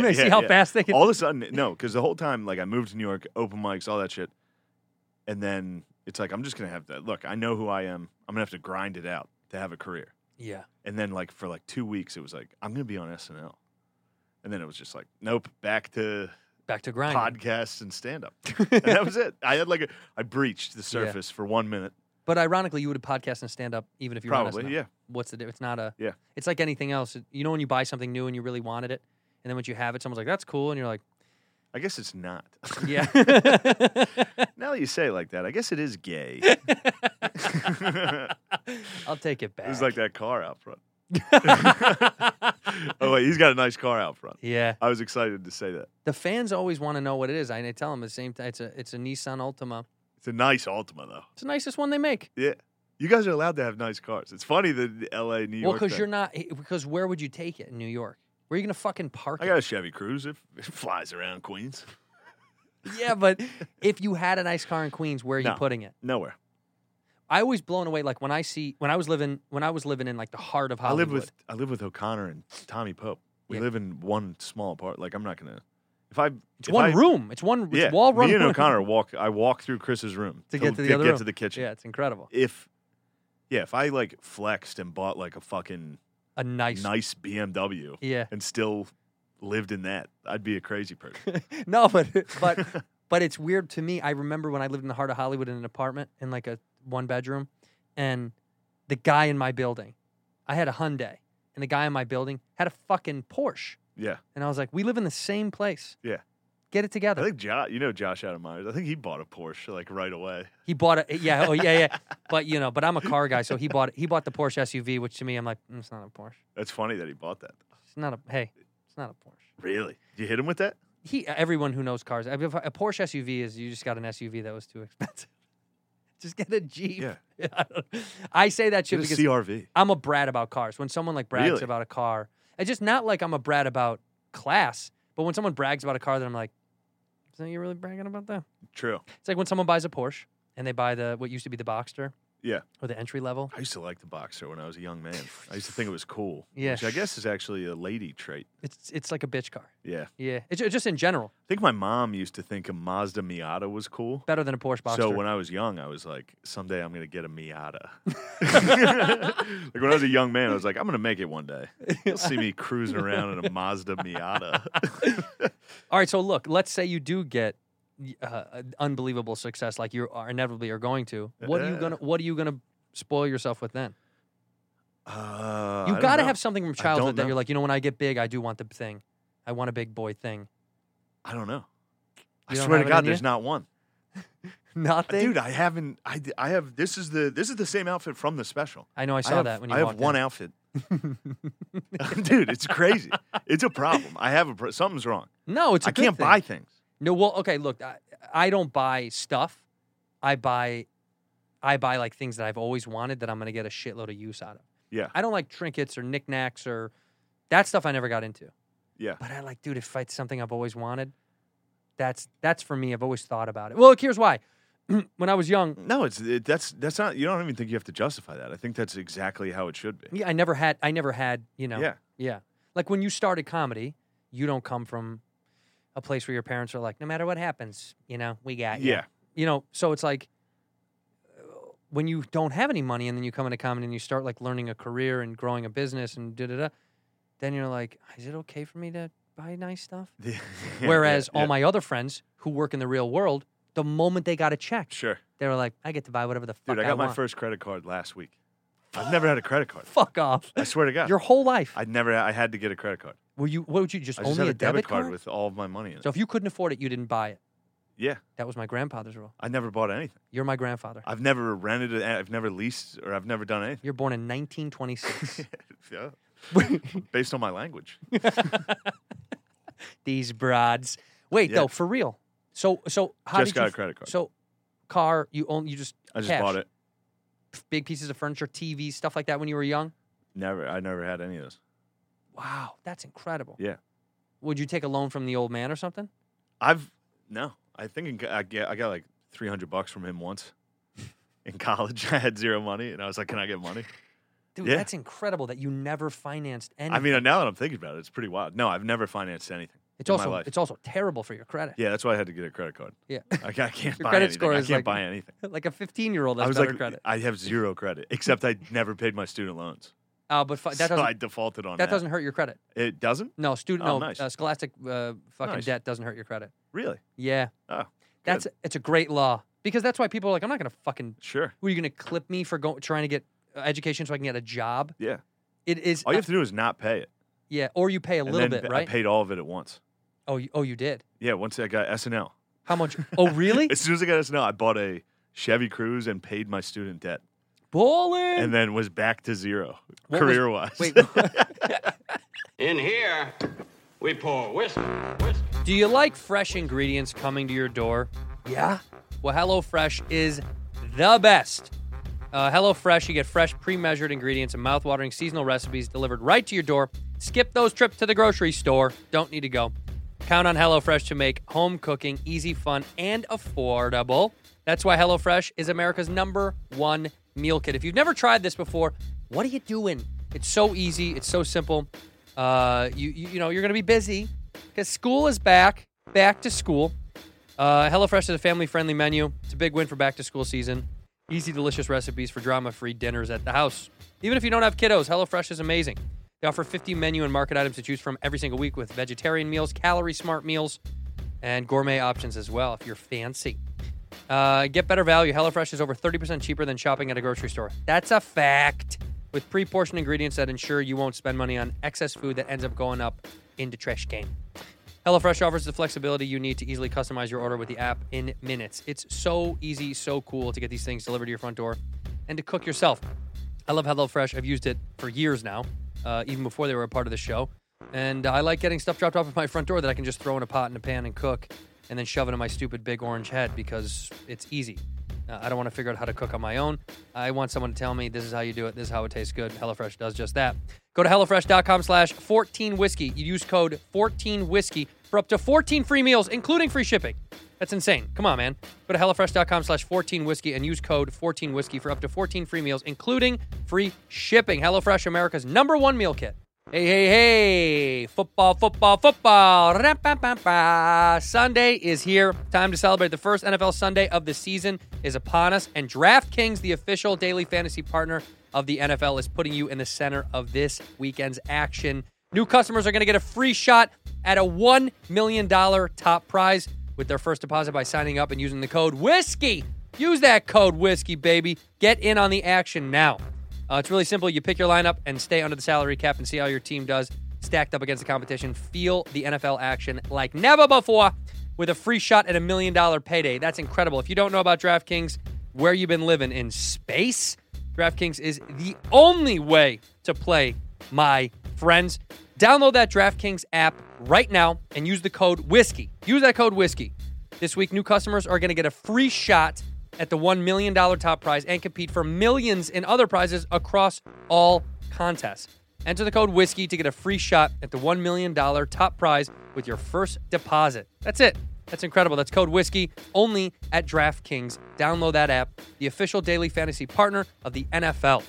they see yeah, how yeah. fast they can. All of a sudden, no, because the whole time, like I moved to New York, open mics, all that shit, and then it's like I'm just gonna have to look. I know who I am. I'm gonna have to grind it out to have a career. yeah. And then like for like two weeks, it was like I'm gonna be on SNL, and then it was just like nope, back to Back to grind. podcasts and stand up. and that was it. I had like a, I breached the surface for one minute. But ironically, you would have podcast and stand up even if you Probably, were on SNL. yeah. What's the di- It's not a. Yeah. It's like anything else. You know when you buy something new and you really wanted it, and then once you have it, someone's like, "That's cool," and you're like, I guess it's not. "Yeah." now that you say it like that, I guess it is gay. I'll take it back. It was like that car out front. oh wait, he's got a nice car out front. Yeah. I was excited to say that. The fans always want to know what it is. I, I tell them the same. Th- it's a it's a Nissan Altima. It's a nice Altima though. It's the nicest one they make. Yeah. You guys are allowed to have nice cars. It's funny that the LA well, New York. because thing. you're not. eh, Because where would you take it in New York? Where are you gonna fucking park I it? got a Chevy Cruze. It, it flies around Queens. Yeah, but if you had a nice car in Queens, where are you No. putting it? Nowhere. I always blown away. Like when I see when I was living when I was living in like the heart of I Hollywood. live with I live with O'Connor and Tommy Pope. We Yeah. live in one small part. Like I'm not gonna if I it's if one I- room. It's one it's Yeah, wall run me and room O'Connor walk. I walk through Chris's room to get to the get, other room. to the kitchen. Yeah, it's incredible. If yeah, if I like flexed and bought like a fucking A nice, nice BMW, yeah. and still lived in that, I'd be a crazy person. No, but but but it's weird to me. I remember when I lived in the heart of Hollywood in an apartment in like a one bedroom, and the guy in my building, I had a Hyundai, and the guy in my building had a fucking Porsche, yeah. and I was like, we live in the same place. Yeah. Get it I together. think Josh, you know Josh Adam Myers. I think he bought a Porsche like right away. He bought a yeah oh yeah yeah, but you know, but I'm a car guy, so he bought he bought the Porsche SUV, which to me I'm like "Mm, it's not a Porsche, That's funny that he bought that. it's not a hey, it's not a Porsche. Really? Did you hit him with that? He everyone who knows cars, I mean, a Porsche SUV is you just got an SUV that was too expensive. just get a Jeep. Yeah. I, don't- I say that shit Get a because CRV. I'm a brat about cars. When someone like brags Really? about a car, it's just not like I'm a brat about class, but when someone brags about a car, then I'm like, so you really bragging about that? True. It's like when someone buys a Porsche and they buy the what used to be the Boxster Yeah. or the entry level. I used to like the boxer when I was a young man. I used to think it was cool. Yeah. Which I guess is actually a lady trait. It's it's like a bitch car. Yeah. I Yeah, it's ju- just in general think my mom used to think a Mazda Miata was cool. better than a Porsche Boxster. So when I was young, I was like, someday I'm gonna get a Miata. like when I was a young man, I was like, I'm gonna make it one day. You'll see me cruising around in a Mazda Miata. All right, so look, let's say you do get y- uh, unbelievable success, like you are inevitably are going to. What are you Yeah. gonna What are you gonna spoil yourself with then? You Uh, I don't got to know. have something from don't childhood that know. you're like, you know, when I get big, I do want the thing. I want a big boy thing. I don't know. I You don't swear have it to in God, you? there's not one. Nothing. Dude, I haven't. I, d- I have. This is the this is the same outfit from the special. I know. I saw have, that when you I have walked one in. outfit. Dude, it's crazy. It's a problem. I have a pro- something's wrong. No, it's. I I can't buy things. No, well, okay. Look, I, I don't buy stuff. I buy, I buy like things that I've always wanted that I'm gonna get a shitload of use out of. Yeah, I don't like trinkets or knickknacks or that stuff. I never got into. yeah. But I like, dude, if it's something I've always wanted, that's that's for me. I've always thought about it. Well, look, here's why. when I was young, No, it's it, that's that's not. You don't even think you have to justify that. I think that's exactly how it should be. yeah, I never had, I never had, you know, Yeah. yeah. Like when you started comedy, you don't come from a place where your parents are like, no matter what happens, you know, we got you. Yeah. you know. So it's like uh, when you don't have any money and then you come into comedy and you start like learning a career and growing a business and da da da, then you're like, is it okay for me to buy nice stuff? Yeah, Whereas yeah, all yeah. my other friends who work in the real world, the moment they got a check, sure, they were like, I get to buy whatever the fuck dude, I got my want." first credit card last week. I've never had a credit card. Fuck off. I swear to God, Your whole life. I never. I had to get a credit card. Were you? What would you just I only just had a, a debit card, with all of my money in it. so if you couldn't afford it, you didn't buy it. yeah, That was my grandfather's rule. I never bought anything. You're my grandfather. I've never rented it. I've never leased, or I've never done anything. You're born in 1926. Yeah. Based on my language. These broads. Wait, Yeah. though, for real. So so how Just did got you, a f- credit card. So car, you own you just I just cash, bought it. f- Big pieces of furniture, TV, stuff like that when you were young. Never. I never had any of those. Wow, that's incredible. Yeah. Would you take a loan from the old man or something? I've no. I think in, I get I got like three hundred bucks from him once in college. I had zero money, and I was like, "Can I get money?" Dude, Yeah. that's incredible that you never financed anything. I mean, now that I'm thinking about it, it's pretty wild. No, I've never financed anything. it's in my also life. it's also terrible for your credit. yeah. That's why I had to get a credit card. Yeah. I, ca- I can't Your buy credit anything. score I is can't like- buy anything. like a 15 year old I has was better like, credit. I have zero credit, except I never paid my student loans. Uh, but fu- that so doesn't I defaulted on that that. doesn't hurt your credit. It doesn't No, student Oh, no nice. uh, scholastic uh, fucking Nice. debt doesn't hurt your credit. really. Yeah. Oh, That's it's a great law because that's why people are like I'm not going to fucking sure. who are you going to clip me for going trying to get uh, education so I can get a job? Yeah. It is All you uh, have to do is not pay it. yeah, or you pay a And little then bit, I right? paid all of it at once. oh, you, oh, you did. Yeah, once I got SNL. How much? Oh, really? As soon as I got SNL, I bought a Chevy Cruze and paid my student debt, Bowling. and then was back to zero What was- career wise. Wait, In here, we pour whiskey, whiskey. do you like fresh ingredients coming to your door? Yeah. Well, HelloFresh is the best. Uh, HelloFresh, you get fresh, pre-measured ingredients and mouth-watering seasonal recipes delivered right to your door. Skip those trips to the grocery store. Don't need to go. Count on HelloFresh to make home cooking easy, fun, and affordable. That's why HelloFresh is America's number one meal kit. If you've never tried this before, what are you doing? It's so easy. It's so simple. Uh, you, you you know you're gonna be busy because school is back, back to school. Uh, HelloFresh is a family friendly menu. It's a big win for back to school season. Easy, delicious recipes for drama free dinners at the house. Even if you don't have kiddos, HelloFresh is amazing. They offer 50 menu and market items to choose from every single week with vegetarian meals, calorie smart meals, and gourmet options as well if you're fancy. Uh, get better value. HelloFresh is over 30% cheaper than shopping at a grocery store. That's a fact. With pre portioned ingredients that ensure you won't spend money on excess food that ends up going up into trash can. HelloFresh offers the flexibility you need to easily customize your order with the app in minutes. It's so easy, so cool to get these things delivered to your front door and to cook yourself. I love HelloFresh. I've used it for years now, uh, even before they were a part of the show. And I like getting stuff dropped off at my front door that I can just throw in a pot and a pan and cook and then shove it in my stupid big orange head because it's easy. Uh, I don't want to figure out how to cook on my own. I want someone to tell me this is how you do it. This is how it tastes good. HelloFresh does just that. Go to HelloFresh.com slash 14 whiskey. You use code 14 whiskey for up to 14 free meals, including free shipping. That's insane. Come on, man. Go to HelloFresh.com slash 14 whiskey and use code 14 whiskey for up to 14 free meals, including free shipping. HelloFresh, America's number one meal kit. Hey, hey, hey. Football, football, football. Ra-pa-pa-pa. Sunday is here. Time to celebrate. The first NFL Sunday of the season is upon us, and DraftKings, the official daily fantasy partner of the NFL, is putting you in the center of this weekend's action. New customers are going to get a free shot at a $1 million top prize with their first deposit by signing up and using the code WHISKEY. Use that code WHISKEY, baby. Get in on the action now. Uh, it's really simple. You pick your lineup and stay under the salary cap and see how your team does stacked up against the competition. Feel the NFL action like never before with a free shot at a million dollar payday. That's incredible. If you don't know about DraftKings, where you been living in space, DraftKings is the only way to play, my friends. Download that DraftKings app right now and use the code WHISKEY. Use that code WHISKEY. This week, new customers are going to get a free shot at the $1 million top prize and compete for millions in other prizes across all contests. Enter the code WHISKEY to get a free shot at the $1 million top prize with your first deposit. That's it. That's incredible. That's code WHISKEY only at DraftKings. Download that app, the official daily fantasy partner of the NFL.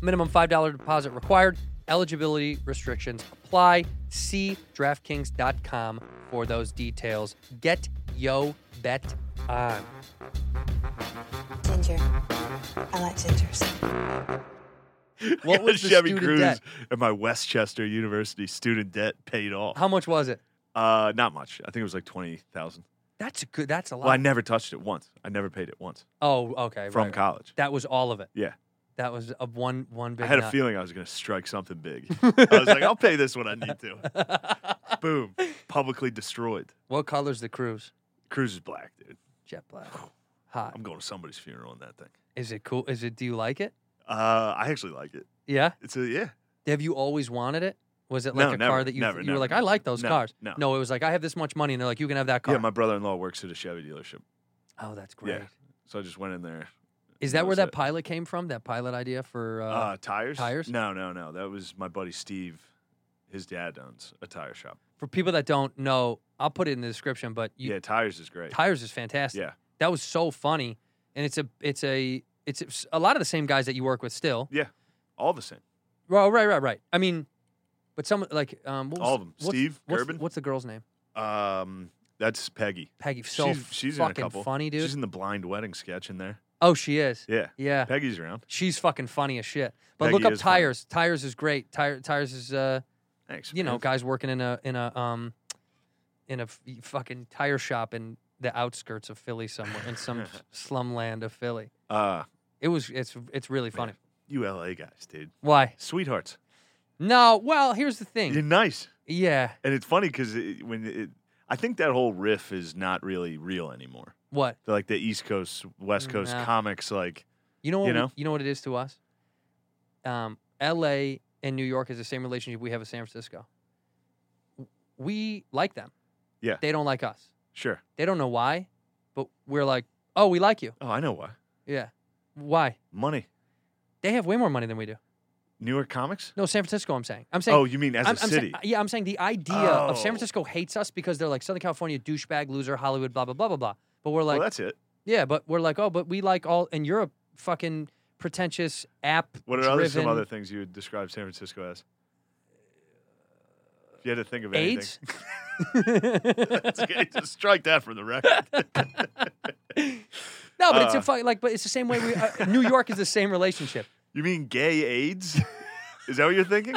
Minimum $5 deposit required. Eligibility restrictions apply. See DraftKings.com for those details. Get yo bet on. Ginger. I like gingers. What Got was a the Chevy student Cruze debt? and my Westchester University student debt paid off? How much was it? Uh, not much. I think it was like twenty thousand. That's a good. That's a lot. Well, I never touched it once. I never paid it once oh, okay. from right, right. college. That was all of it. Yeah, That was a one one big. I had a nut. feeling I was going to strike something big. I was like, I'll pay this when I need to. Boom. Publicly destroyed. What color's the cruise? Cruise is black, dude. Jet black. Hot. I'm going to somebody's funeral in that thing. Is it cool? Is it? Do you like it? Uh, I actually like it. Yeah. It's a, yeah. Have you always wanted it? Was it No, like a car never, that you never, you were never, like, I like those no, cars? no. it was like I have this much money, and they're like, you can have that car. Yeah, my brother in law works at a Chevy dealership. oh, that's great. Yeah. So I just went in there. Is That that where was that it. pilot came from? That pilot idea for? Uh, Uh, tires? tires? No, no, no. That was my buddy Steve. His dad owns a tire shop. for people that don't know, I'll put it in the description. But you, yeah, tires is great. tires is fantastic. Yeah. that was so funny, and it's a it's a it's a lot of the same guys that you work with still. yeah. All the same. Well, right, right, right. I mean, but some like um, what was, All of 'em. what's- Steve what's, Gerben? What's the girl's name? Um, that's Peggy. Peggy. So she's, she's in a fucking couple. funny, dude. She's in the blind wedding sketch in there. oh, she is. Yeah. Yeah. Peggy's around. She's fucking funny as shit. But Peggy look up is funny. tires. Tires is great. Tire, tires is uh, Thanks. you know, man. guys working in a in a um, in a f- fucking tire shop in the outskirts of Philly somewhere in some s- slumland of Philly. Uh, It was it's it's really funny. you LA guys, dude. Why? Sweethearts. No. Well, here's the You're thing. nice. Yeah. And it's funny because it, when it, I think that whole riff is not really real anymore. What? They're like the East Coast, West Coast Nah. comics, like, You know what? You we- know? you know what it is to us. Um, L.A. and New York is the same relationship we have with San Francisco. W- We like them. Yeah. They don't like us. sure. They don't know why, but we're like, oh, we like you. Oh, I know why. Yeah. Why? Money. They have way more money than we do. New York comics? No, San Francisco, I'm saying. I'm saying. Oh, you mean as I'm, a I'm city? Saying, yeah, I'm saying the idea of San Oh. Francisco hates us because they're like Southern California douchebag, loser, Hollywood, blah, blah, blah, blah, blah. But we're like, well, that's it. yeah, but we're like, oh, but we like all, and Europe, fucking pretentious app. What are other, some driven- other things you would describe San Francisco as? If you had to think of anything. AIDS? It's okay, Just strike that from the record. No, but it's a Uh. fuck, like, but it's the same way we, uh, New York is the same relationship. You mean gay AIDS? Is that what you're thinking?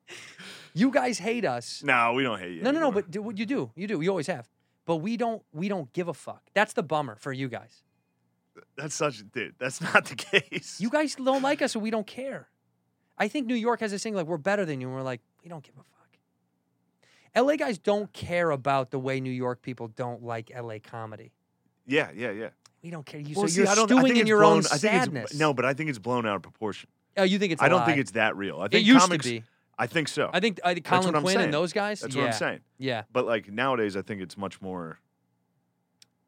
You guys hate us. no, we don't hate you. No, no, no. anymore. But do, you do, you do, you always have. But we don't, we don't give a fuck. That's the bummer for you guys. that's such dude. That's not the case. You guys don't like us, and we don't care. I think New York has this thing like we're better than you, and we're like we don't give a fuck. LA guys don't care about the way New York people don't like LA comedy. yeah, yeah, yeah. We don't care. You, Well, so see, you're I don't- I think stewing in it's your blown- own I think it's- sadness. no, but I think it's blown out of proportion. oh, you think it's? I I don't think it's that real. I think used to comics, be. I think so. I think I think That's Colin what I'm Quinn saying. and those guys. That's yeah, what I'm saying. Yeah, But like nowadays, I think it's much more.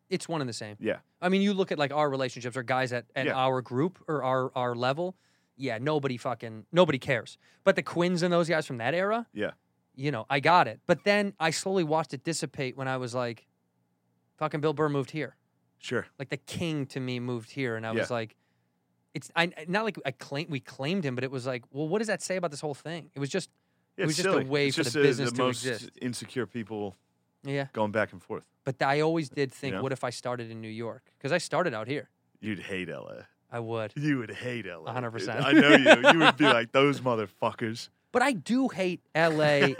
it's one and the same. Yeah, I mean, you look at like our relationships or guys at, at Yeah. our group or our our level. Yeah, nobody fucking nobody cares. But the Quins and those guys from that era, yeah. you know, I got it. But then I slowly watched it dissipate when I was like, fucking Bill Burr moved here. Sure. Like the king to me moved here. And I was Yeah. like, it's I not like I claim we claimed him, but it was like, well, what does that say about this whole thing? It was just Yeah, It was it's just a silly. way it's for the just business the to most exist. Insecure people yeah. going back and forth. But I always did think, know? what if I started in New York? Because I started out here. You'd hate LA. I would. You would hate LA. dude. 100%. I know you. You would be like those motherfuckers. But I do hate LA.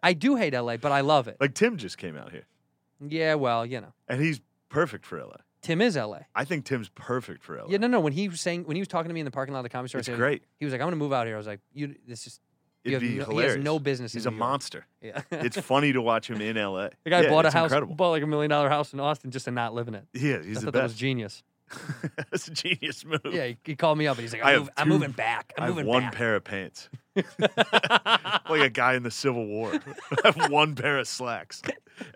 I do hate LA, but I love it. Like Tim just came out here, yeah, well, you know. and he's perfect for LA. Tim is LA. I think Tim's perfect for LA. Yeah, no, no. When he was saying, when he was talking to me in the parking lot of the comedy store, I Oh, It's said- great. He was like, "I'm gonna move out here." I was like, "You, this is you have It'd be no- he has hilarious. no business in He's New a York. monster. yeah." It's funny to watch him in LA. The guy Yeah, bought a it's house, Incredible. bought like a million dollar house in Austin just to not live in it. yeah, I he's the thought that was best. genius. That's a genius move. Yeah, he, he called me up and he's like, I "I'm, have move- I'm two- moving back. I'm I have moving one back." pair of pants. like a guy in the Civil War. I have one pair of slacks.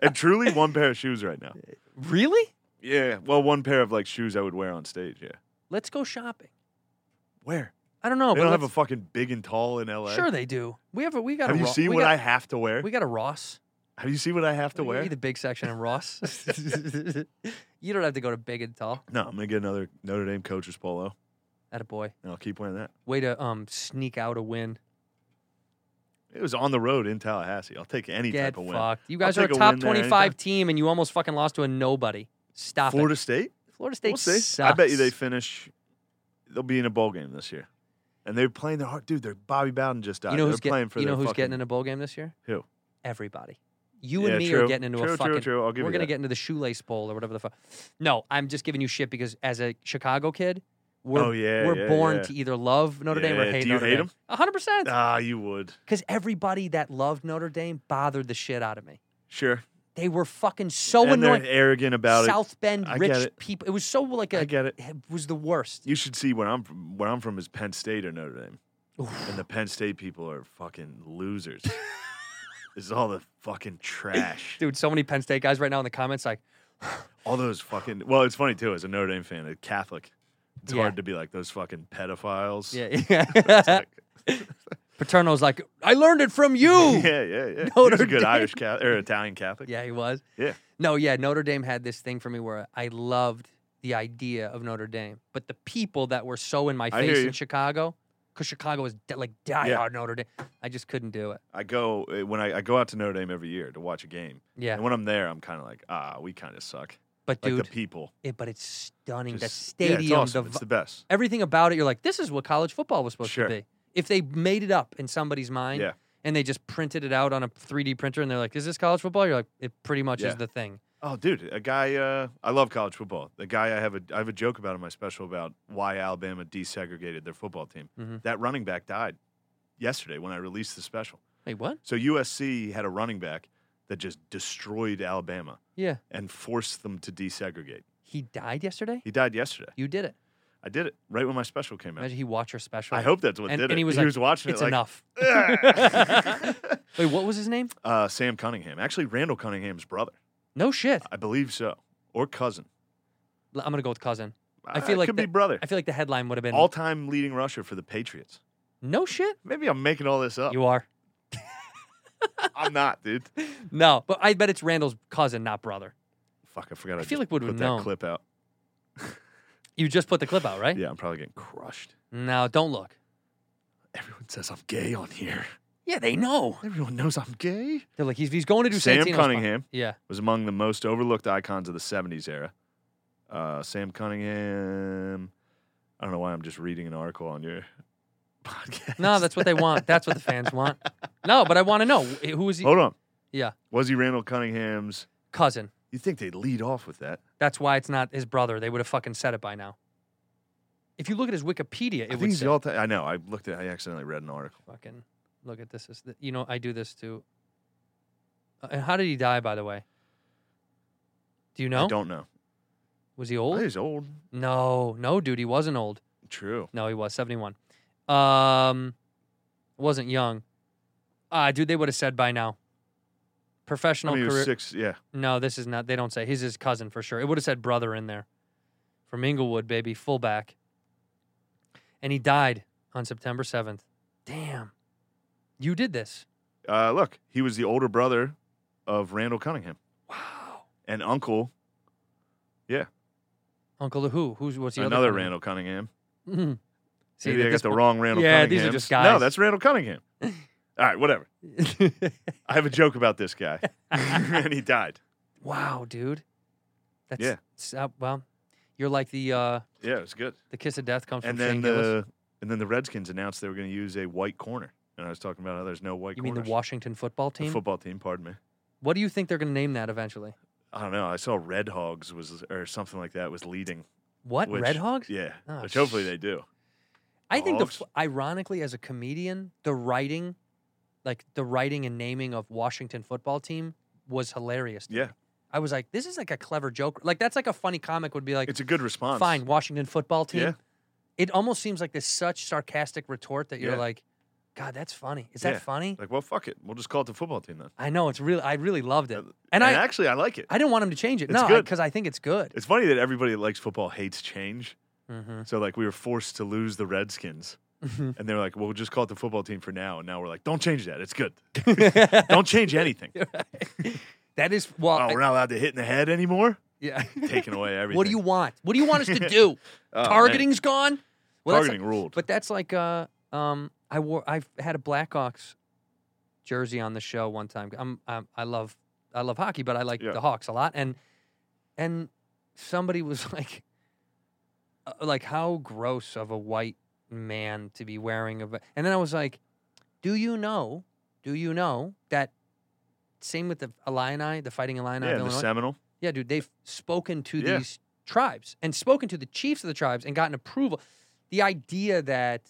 And truly one pair of shoes right now. Really? Yeah. Well, one pair of like shoes I would wear on stage, yeah. Let's go shopping. Where? I don't know. They Oh, but don't have a let's- fucking big and tall in LA. sure they do. We have a we got. Have a you Ro- seen we what got- I have to wear? We got a Ross. Have you seen what I have to We wear? need the big section in Ross. you don't have to go to big and tall. No, I'm gonna get another Notre Dame coach's polo, At a boy, and I'll keep wearing that. way to um sneak out a win. It was on the road in Tallahassee. I'll take any Get type of win. fucked. You I'll guys are a take a top win there anytime. twenty-five team, and you almost fucking lost to a nobody. Stop it. Florida State. Florida State We'll see. sucks. I bet you they finish. They'll be in a bowl game this year, and they're playing their heart. Dude, they're Bobby Bowden just died. You know they're who's, get- playing for. you know their who's fucking, getting in a bowl game this year? who? Everybody. You Yeah, and me are true. getting into True, a true, fucking. true. I'll give we're you gonna that. get into the shoelace bowl or whatever the fuck. No, I'm just giving you shit because as a Chicago kid, we're, Oh, yeah, we're yeah, born yeah. to either love Notre Dame or Yeah, hate do you Notre hate Dame. 'em? hundred percent. Ah, you would. Because everybody that loved Notre Dame bothered the shit out of me. Sure. They Oh, were fucking so and they're annoying. arrogant about it. South Bend I rich get it. people. It was so like a. I get it. It was the worst. You should see where I'm from. Where I'm from is Penn State or Notre Dame, and the Penn State people are fucking losers. this is all the fucking trash. Dude, so many Penn State guys right now in the comments like, All those fucking. Well, it's funny too. As a Notre Dame fan, a Catholic, it's Yeah. hard to be like those fucking pedophiles. yeah, yeah. Paterno's like, I learned it from you. yeah, yeah, yeah. Notre He's a good Dame. Irish Catholic or Italian Catholic. Yeah, he was. yeah. No, yeah, Notre Dame had this thing for me where I loved the idea of Notre Dame, but the people that were so in my I hear face in you. Chicago, because Chicago was de- like die Yeah. hard Notre Dame, I just couldn't do it. I go uh, when I, I go out to Notre Dame every year to watch a game. Yeah, And when I'm there, I'm kind of like, ah, we kind of suck. but Like dude, the people. it, but it's stunning. the just- yeah, stadium, it's awesome. the, it's vi- the best. everything about it. You're like, this is what college football was supposed Sure. to be. If they made it up in somebody's mind, Yeah. and they just printed it out on a 3D printer, and they're like, "Is this college football?" You're like, "It pretty much Yeah. is the thing." Oh, dude, a guy. Uh, I love college football. The guy I have a I have a joke about in my special about why Alabama desegregated their football team. Mhm. That running back died yesterday when I released the special. Wait, what? So USC had a running back that just destroyed Alabama Yeah, and forced them to desegregate. he died yesterday. He died yesterday. You did it. I did it right when my special came out. Imagine he watched your special. I hope that's what and, did and it. he was he like, was watching it's it like, enough. Wait, what was his name? uh, Sam Cunningham. Actually, Randall Cunningham's brother. No shit. I believe so. Or cousin. L- I'm gonna go with cousin. I Uh, feel it like could the- be brother. I feel like the headline would have been All time leading rusher for the Patriots. no shit. Maybe I'm making all this up. You are I'm not, dude. no, but I bet it's Randall's cousin, not brother. Fuck, I forgot. I, feel just like would put have that known. clip out. You just put the clip out, right? Yeah, I'm probably getting crushed. No, don't look. Everyone says I'm gay on here. Yeah, they know. Everyone knows I'm gay. They're like he's he's going to do Sam Santino's fine. Cunningham. Yeah, Was among the most overlooked icons of the '70s era. Uh, Sam Cunningham. I don't know why I'm just reading an article on your podcast. no, that's what they want. That's what the fans want. No, but I want to know who is he? Hold on. Yeah, Was he Randall Cunningham's? cousin. You think they'd lead off with that? That's why it's not his brother. They would have fucking said it by now. If you look at his Wikipedia, it I think would he's say the all-time. I know. I looked at. I accidentally read an article. fucking look at this. Is the, you know I do this too. Uh, and how did he die? By the way, do you know? I don't know. Was he Oh, old? he's old. No, no, dude, he wasn't old. True. No, he was seventy-one. Um, wasn't young. Ah, dude, they would have said by now. I Professional mean, he career. was six. Yeah. No, this is not. They don't say. He's his cousin for sure. It would have said brother in there. From Inglewood, baby, fullback. And he died on September 7th. Damn. You did this. Uh, look, he was the older brother of Randall Cunningham Wow. and uncle. Yeah, Uncle Who? Who's what's the another other Randall Cunningham. Randall? See, Maybe at I this got the point- wrong Randall. Yeah, Cunninghams. these are just No, guys. that's Randall Cunningham. All right, whatever. I have a joke about this guy, and he died. wow, dude. That's Yeah. s- uh, well, you're like the uh Yeah, it was good. the kiss of death comes And from Shane then Gillis. the and then the Redskins announced they were going to use a white corner, and I was talking about how there's no white. You mean the corners. Washington football The team? football team? Pardon me. what do you think they're going to name that eventually? I don't know. I saw Red Hogs was or something like that was leading. What? which- Red Hogs? Yeah, Oh, which hopefully they do. I think the, Dogs. f- ironically, as a comedian, the writing, like the writing and naming of Washington football team, was hilarious. to me. Yeah, I was like, this is like a clever joke. Like that's like a funny comic would be like, it's a good response. fine, Washington football team. Yeah. It almost seems like this such sarcastic retort that you're Yeah. like, God, that's funny. Is Yeah. that funny? Like, well, fuck it. We'll just call it the football team then. I know it's really. I really loved it, Uh, and, And, I actually, I like it. I didn't want him to change it. It's no, good. because I think it's good. it's funny that everybody that likes football hates change. hmm So like, we were forced to lose the Redskins, Mm-hmm. and they were like, "Well, we'll just call it the football team for now." And now we're like, "Don't change that. It's good. Don't change anything. That is well. Oh, I- we're not allowed to hit in the head anymore. yeah. Taking away everything. Oh, What do you want? What do you want us to do? man. Targeting's gone. Well, that's Targeting ruled. But that's like uh um I wore I had a Blackhawks jersey on the show one time. I'm, I'm I love I love hockey, but I like Yeah. the Hawks a lot. And and somebody was like, uh, like how gross of a white man to be wearing a. v-" And then I was like, do you know? Do you know that? Same with the Illini, the Fighting Illini yeah, of the Illinois. Seminole. yeah, dude, they've spoken to Yeah. these tribes and spoken to the chiefs of the tribes and gotten approval. The idea that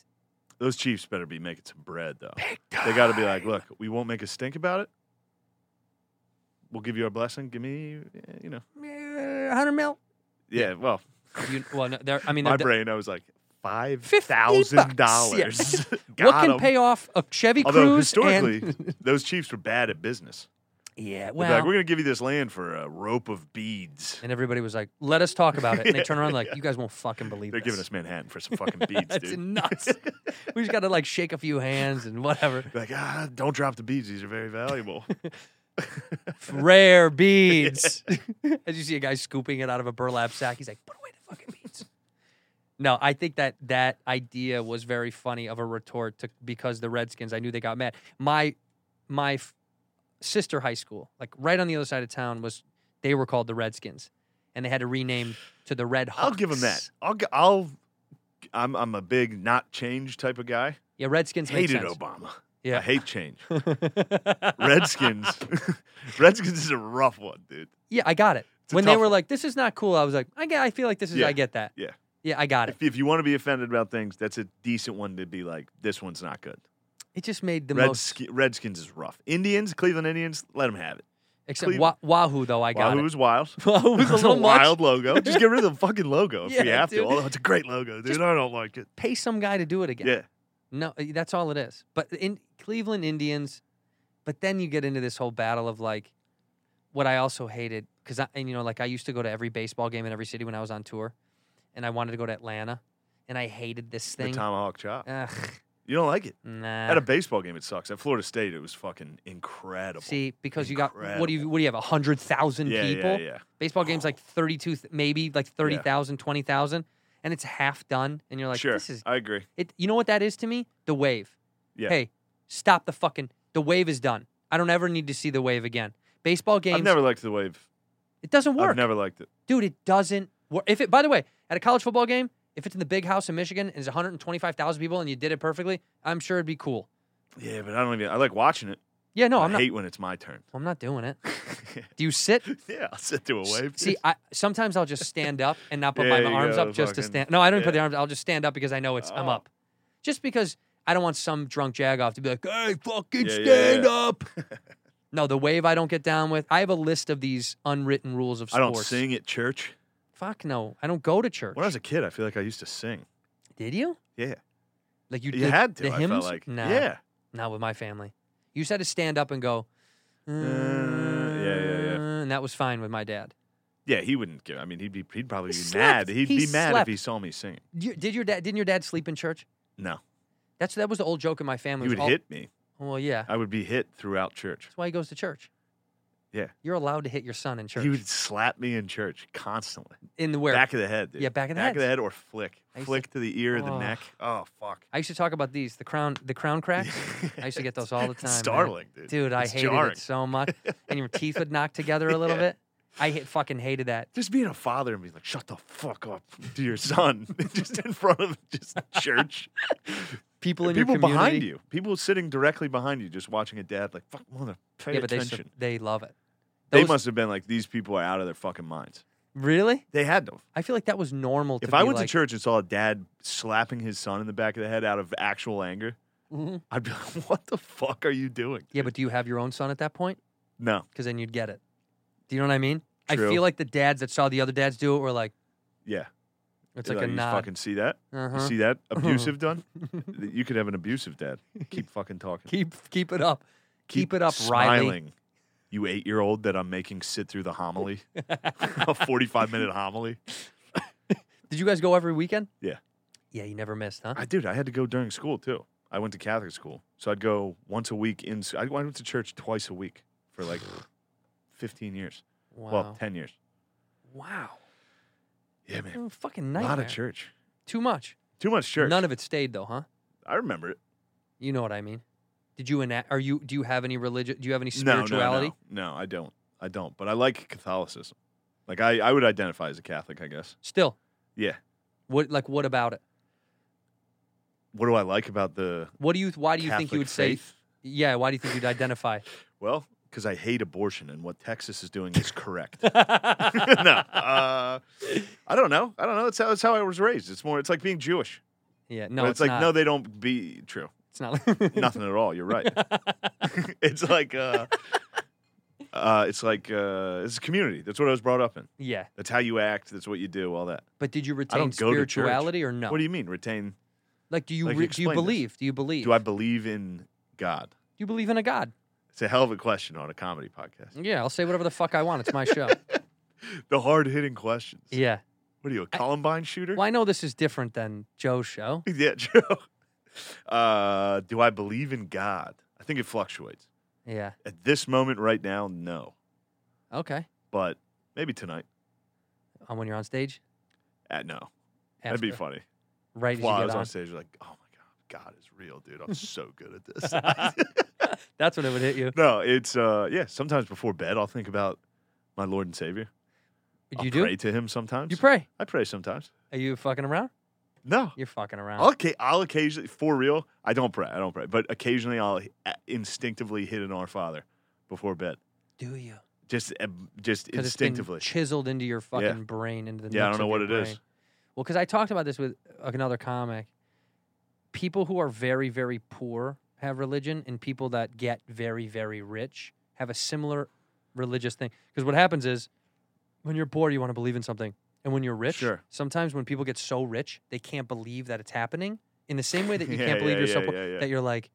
Those Chiefs better be making some bread, though. They got to be like, look, we won't make a stink about it. We'll give you our blessing. Give me, eh, you know, eh, 100 mil. yeah. Well, You, well, no, they're- I mean, my they're- brain, I was like five 50 thousand bucks, dollars. what can pay off a Chevy Although Cruise? and- historically, those Chiefs were bad at business. yeah, They'd be well, like, we're going to give you this land for a rope of beads. and everybody was like, "Let us talk about it." And they turn around like, "You guys won't fucking believe They're this." giving us Manhattan for some fucking beads, That's dude. nuts. we just got to like shake a few hands and whatever. Be like, ah, don't drop the beads. These are very valuable. Rare beads. As you see a guy scooping it out of a burlap sack, he's like, "Put away the fucking beads." No, I think that that idea was very funny of a retort to because the Redskins. I knew they got mad. My my f- sister high school, like right on the other side of town, was they were called the Redskins, and they had to rename to the Red Hawks. I'll give them that. I'll, g- I'll, I'm, I'm a big not change type of guy. Yeah, Redskins makes Hated sense. Obama. I Yeah, hate change. Redskins. Redskins is a rough one, dude. yeah, I got it. a When they tough were one. like, "This is not cool," I was like, "I get. I feel like this is. Yeah, I get that. yeah. yeah, I got it." If, if you want to be offended about things, that's a decent one to be like, this one's not good. It just made the most. Redski- Redskins is rough. Indians, Cleveland Indians, let them have it. Except Cleve- Wa- Wahoo, though, I got Wahoo it. was wild. Wahoo was a It's little much. wild logo. Just get rid of the fucking logo if we Yeah, have dude. to. Although it's a great logo, dude. Just- I don't like it. Pay some guy to do it again. Yeah. No, eh, that's all it is. But in Cleveland Indians, but then you get into this whole battle of like, what I also hated because I and you know like I used to go to every baseball game in every city when I was on tour, and I wanted to go to Atlanta, and I hated this The thing. tomahawk chop. Ugh, You don't like it. nah. At a baseball game, it sucks. At Florida State, it was fucking incredible. See, because you got what do you what do you have? hundred thousand yeah, people. yeah, yeah. Baseball games like thirty-two, th- maybe like 30,000, 20,000, and it's half done, and you're like, sure, this is I agree. It, you know what that is to me? The wave. Yeah. Hey, stop the fucking. The wave is done. I don't ever need to see the wave again. Baseball games. I've never liked the wave. it doesn't work, I've never liked it. dude. It doesn't work. If it, by the way, at a college football game, if it's in the big house in Michigan and it's 125,000 people and you did it perfectly, I'm sure it'd be cool. Yeah, but I don't even. I like watching it. Yeah, no, I I'm not. hate when it's my turn. I'm not doing it. Do you sit? yeah, I'll sit to a wave. See, I, sometimes I'll just stand up and not put my Yeah, you arms gotta up just to fucking- stand. No, I don't put yeah. the arms. I'll just stand up because I know it's I'm Oh. up. Just because I don't want some drunk jagoff to be like, "Hey, fucking Yeah, yeah, stand yeah. up." no, the wave I don't get down with. I have a list of these unwritten rules of I sports. don't sing at church. Fuck no, I don't go to church. When I was a kid, I feel like I used to sing. Did you? Yeah, Like you? you did had to. The I hymns? felt like Nah, yeah, not with my family. You said to stand up and go. Uh, yeah, yeah, yeah. "Uh," And that was fine with my dad. yeah. He wouldn't give. I mean, he'd be. He'd probably He be slept. mad. He'd He be mad slept. if he saw me singing. You, did your dad? Didn't your dad sleep in church? No, That's that was the old joke in my family. he was would all- hit Oh. me. Well, yeah. I would be hit throughout church. That's why he goes to church. Yeah. You're allowed to hit your son in church. He would slap me in church constantly. in the where? Back of the head, dude. Yeah, back of the back of the heads. head or flick, I used to- flick to the ear, the Oh. neck. Oh fuck! I used to talk about these, the crown, the crown cracks. I used to get those all the It's time. man. startling, dude. Dude, I It's hated jarring. it so much. And your teeth would knock together a little Yeah. bit. I hit, fucking hated that. Just being a father and being like, "Shut the fuck up" to your son, just in front of just church. People in people your community. behind you, people sitting directly behind you, just watching a dad like, "Fuck, mother, pay Yeah, but they, attention." su- they love it. They, Those- must have been like, "These people are out of their fucking minds." Really? They had to. I feel like that was normal. To If I be went like, to church and saw a dad slapping his son in the back of the head out of actual anger, Mhm. I'd be like, "What the fuck are you doing?" Yeah, but do you have your own son at that point? No, Because then you'd get it. Do you know what I mean? I True. feel like the dads that saw the other dads do it were like, yeah, it's They're like a you nod. fucking see that? Uh-huh. You see that abusive done? Th- you could have an abusive dad. Keep fucking talking. keep keep it up. Keep, it up, smiling. Riley. You eight year old that I'm making sit through the homily, a 45 minute homily. Did you guys go every weekend? Yeah. Yeah, you never missed, huh? I dude, I had to go during school too. I went to Catholic school, so I'd go once a week. In s- I I went to church twice a week for like 15 years. wow. Well, 10 years. wow. Yeah, man. Mm, fucking A nightmare. lot of church. Too much. Too much church. None of it stayed though, huh? I remember it. You know what I mean? Did you enact? Are you? Do you have any religion? Do you have any No, no, spirituality? No, no, I don't. I don't. But I like Catholicism. Like I, I would identify as a Catholic, I guess. Still, Yeah. what like what about it? What do I like about the What do you? Why do you think you Catholic would faith? say? Yeah. Why do you think you'd identify? Well, because I hate abortion and what Texas is doing is correct. no, uh, I don't know. I don't know. That's how, that's how I was raised. It's more. It's like being Jewish. Yeah, no, But it's, it's, like not. no, they don't be true. it's not. Nothing at all. You're right. it's like uh, uh, it's like uh, it's a community. That's what I was brought up in. yeah, That's how you act. That's what you do. All that. but did you I retain don't go to church. spirituality or no? What do you mean retain? like? Do you like, re- do you explain this. believe? Do you believe? Do I believe in God? Do you believe in a God? It's a hell of a question on a comedy podcast. Yeah, I'll say whatever the fuck I want. It's my show. The hard hitting questions. yeah. What are you, a Columbine shooter? Well, I know this is different than Joe's show. Yeah, Joe. Uh, do I believe in God? I think it fluctuates. Yeah. At this moment right now, no. Okay. But maybe tonight. Um, when you're on stage, Uh, no. That'd be after- funny. Right as you While I get was on. on stage, like, oh my God, God is real, dude. I'm so good at this. That's when it would hit you. no, it's, uh, yeah, sometimes before bed, I'll think about my Lord and Savior. I'll you do? pray to him sometimes. You pray? I pray sometimes. Are you fucking around? No. You're fucking around. I'll, occa- I'll occasionally, for real, I don't pray. I don't pray. But occasionally I'll a- instinctively hit an Our Father before bed. Do you? Just uh, just 'Cause it's been instinctively. chiseled into your fucking brain, into the Yeah, I nooks don't know of what your it is. brain. Well, because I talked about this with uh, another comic. People who are very, very poor have religion, and people that get very, very rich have a similar religious thing. Because what happens is, when you're poor, you want to believe in something, and when you're rich, Sure. sometimes when people get so rich, they can't believe that it's happening. In the same way that you Yeah, can't believe yeah, you're so yeah, poor, yeah, yeah. that you're like,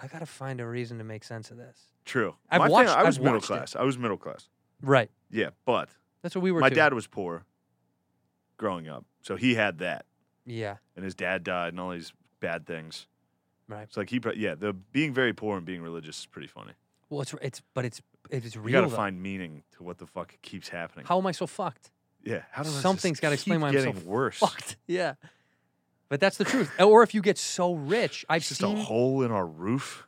I gotta find a reason to make sense of this. True. I've My fam- watched- I was I've middle watched it. class. I was middle class. Right. Yeah, but That's what we were. my too. dad was poor growing up, so he had that, Yeah. and his dad died, and all these bad things. Right. It's like he, pro- yeah, the being very poor and being religious is pretty funny. Well, it's it's but it's it's We real. got to though. find meaning to what the fuck keeps happening. How am I so fucked? yeah, how does this Something's got to keep explain why I'm so getting worse? fucked. Yeah, but that's the truth. or if you get so rich, I've It's just seen. a hole in our roof.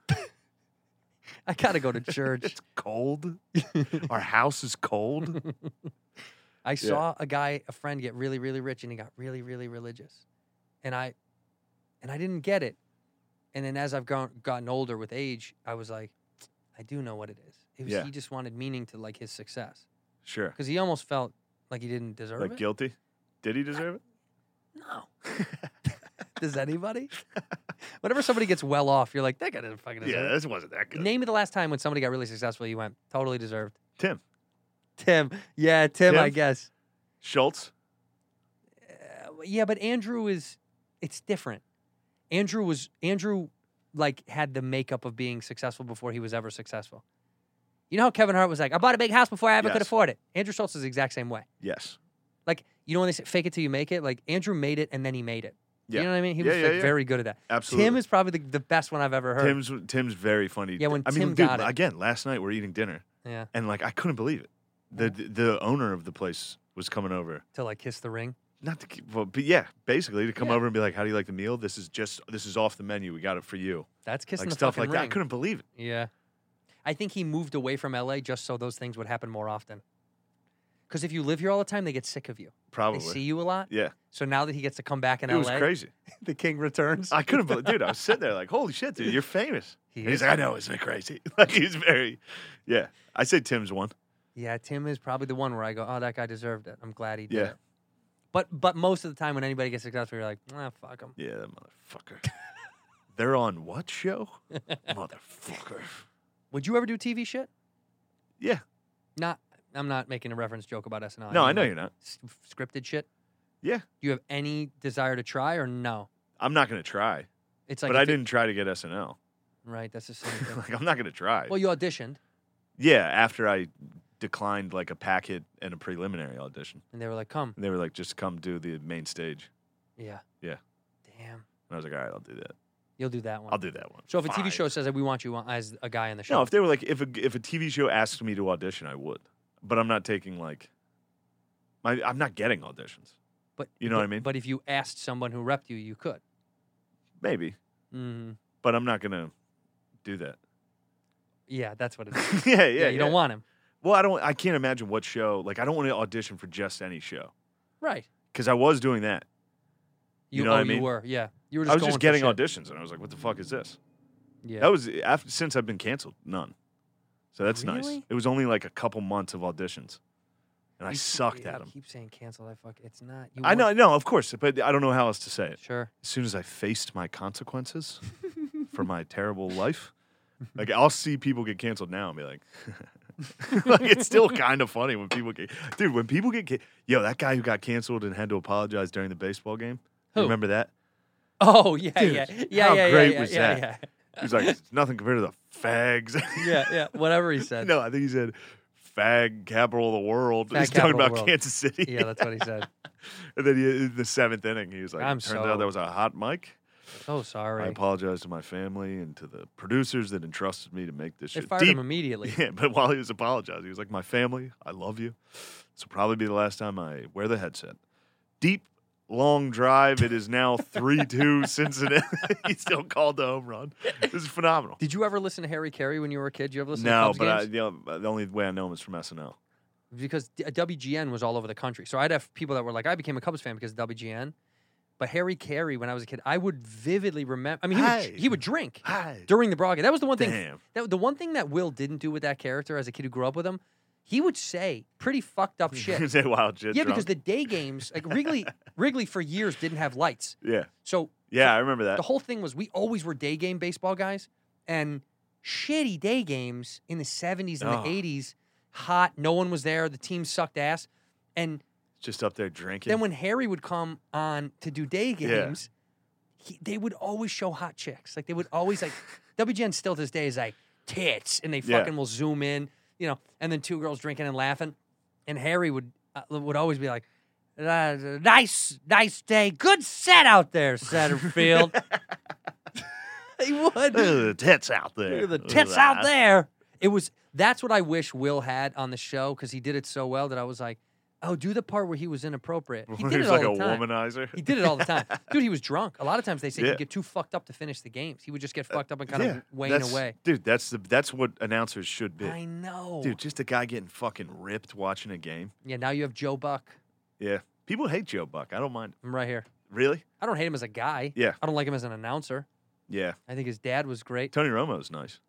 I gotta go to church. It's cold. our house is cold. I saw a guy, a friend, get really, really rich, and he got really, really religious, and I, and I didn't get it. And then as I've gone, gotten older with age, I was like, I do know what it is. It was Yeah. he just wanted meaning to like his success Sure. because he almost felt like he didn't deserve Like it. guilty? Did he deserve it? No. Does anybody? Whenever somebody gets well off, you're like, that guy doesn't fucking deserve Yeah, it. this wasn't that good. Name me the last time when somebody got really successful, you went, totally deserved. Tim Tim. Yeah, Tim, I Tim? guess. Schultz. Uh, Yeah, but Andrew is, it's different. Andrew was, Andrew like had the makeup of being successful before he was ever successful. You know how Kevin Hart was like, I bought a big house before I ever could Yes. afford it? Andrew Schultz is the exact same way. Yes. Like, you know when they say fake it till you make it? Like, Andrew made it and then he made it. Yeah. You know what I mean? He Yeah, was yeah, like yeah. very good at that. Tim Absolutely. is probably the, the best one I've ever heard. Tim's Tim's very funny. Yeah, when I mean, Tim dude, got it. again, last night we're eating dinner yeah. and like I couldn't believe it. The the, the owner of the place was coming over. To like kiss the ring. Not to keep, well, but yeah, basically to come Yeah. over and be like, "How do you like the meal? This is just this is off the menu. We got it for you." That's kissing like the stuff fucking like ring. that. I couldn't believe it. Yeah. I think he moved away from LA just so those things would happen more often. Because if you live here all the time, they get sick of you. Probably. They see you a lot. Yeah, So now that he gets to come back in it LA, was crazy. the king returns. I couldn't believe, dude. I was sitting there like, "Holy shit, dude, you're famous." He And he's is. like, "I know, isn't it crazy?" Like he's very, yeah. I say Tim's one. yeah, Tim is probably the one where I go, oh, that guy deserved it. I'm glad he did. Yeah. It. But but most of the time when anybody gets successful, you're like, ah, fuck him. Yeah, that motherfucker. They're on what show? motherfucker. Would you ever do TV shit? Yeah. Not. I'm not making a reference joke about SNL. No, I mean, know like, you're not. s- scripted shit. Yeah, Do you have any desire to try or no? I'm not gonna try. It's like but I if it- didn't try to get SNL. right. That's the same thing. like I'm not gonna try. well, you auditioned, yeah, after I declined like a packet and a preliminary audition, and they were like, "Come." and they were like, "Just come do the main stage." Yeah. Yeah. Damn. And I was like, "All right, I'll do that. You'll do that one. I'll do that one." So if a TV Fine. show says that we want you on- as a guy in the show, no, if they were like, if a if a TV show asked me to audition, I would, but I'm not taking like, my I'm not getting auditions. but you know but, what I mean? But if you asked someone who repped you, you could. Maybe, Mm, but I'm not gonna do that. yeah, that's what it is. yeah, yeah, you don't want him, Well, I don't. I can't imagine what show. Like, I don't want to audition for just any show right? because I was doing that. You, You know oh, what I you mean? were, yeah. You were. Just I was going just for getting shit. auditions, and I was like, "What the fuck is this?" Yeah. That was after, since I've been canceled. None. So that's nice. Really? It was only like a couple months of auditions, and I You keep- sucked you at them. Keep saying cancel that fuck. It's not. You I know, want- no, of course, but I don't know how else to say it. Sure. As soon as I faced my consequences for my terrible life, like I'll see people get canceled now and be like, like it's still kind of funny when people get, dude, when people get, ca- yo, that guy who got canceled and had to apologize during the baseball game. Who? You remember that? Oh yeah, Dude, yeah, yeah, how yeah, yeah, great yeah, was yeah, that? He's like, "It's nothing compared to the fags. yeah, yeah, yeah. Whatever he said. no, I think he said, fag capital of the world. Fag He's talking capital of about the world. Kansas City. Yeah, that's what he said. And then he, in the seventh inning, he was like, I'm turns so- out that was a hot mic. So Oh, sorry. I apologize to my family and to the producers that entrusted me to make this They shit. fired deep. him immediately. Yeah, but while he was apologizing, he was like, "My family, I love you. This will probably be the last time I wear the headset." Deep, long drive. It is now three-two Cincinnati. he still called the home run. This is phenomenal. Did you ever listen to Harry Carey when you were a kid? You ever listen no, to Cubs but I, games? the o- the only way I know him is from SNL. because D- uh, WGN was all over the country. So I'd have people that were like, I became a Cubs fan because of WGN. But Harry Carey, when I was a kid, I would vividly remember. I mean, he would, Hey. he would drink Hi. during the broadcast. That was the one thing. Damn. That, the one thing that Will didn't do with that character as a kid who grew up with him, he would say pretty fucked up shit. Is that wild shit? yeah, drunk? because the day games, like Wrigley, Wrigley for years didn't have lights. yeah, So yeah, I remember that. the whole thing was we always were day game baseball guys and shitty day games in the 70s and Oh. the 80s hot no one was there the team sucked ass and Just up there drinking. then when harry would come on to do day Yeah. games he, they would always show hot chicks like they would always like wgn still to this day is like tits and they Yeah. fucking will zoom in you know and then two girls drinking and laughing and harry would uh, would always be like "Uh, nice nice day good set out there center field he would Look at the tits out there. Look at the Look at tits out that. there. It was that's what I wish Will had on the show because he did it so well that I was like, oh, do the part where he was inappropriate. He He did it was all like the a time. womanizer. He did it all the time, dude. He was drunk. A lot of times they say Yeah. Uh, he'd get too fucked up to finish the games. He would just get fucked up and kind of wane that's- away. Dude, that's the that's what announcers should be. I know, Dude, just a guy getting fucking ripped watching a game. Yeah, now you have Joe Buck. Yeah. People hate Joe Buck. I don't mind. I'm right here. Really? I don't hate him as a guy. Yeah. I don't like him as an announcer. Yeah. I think his dad was great, Tony Romo's nice.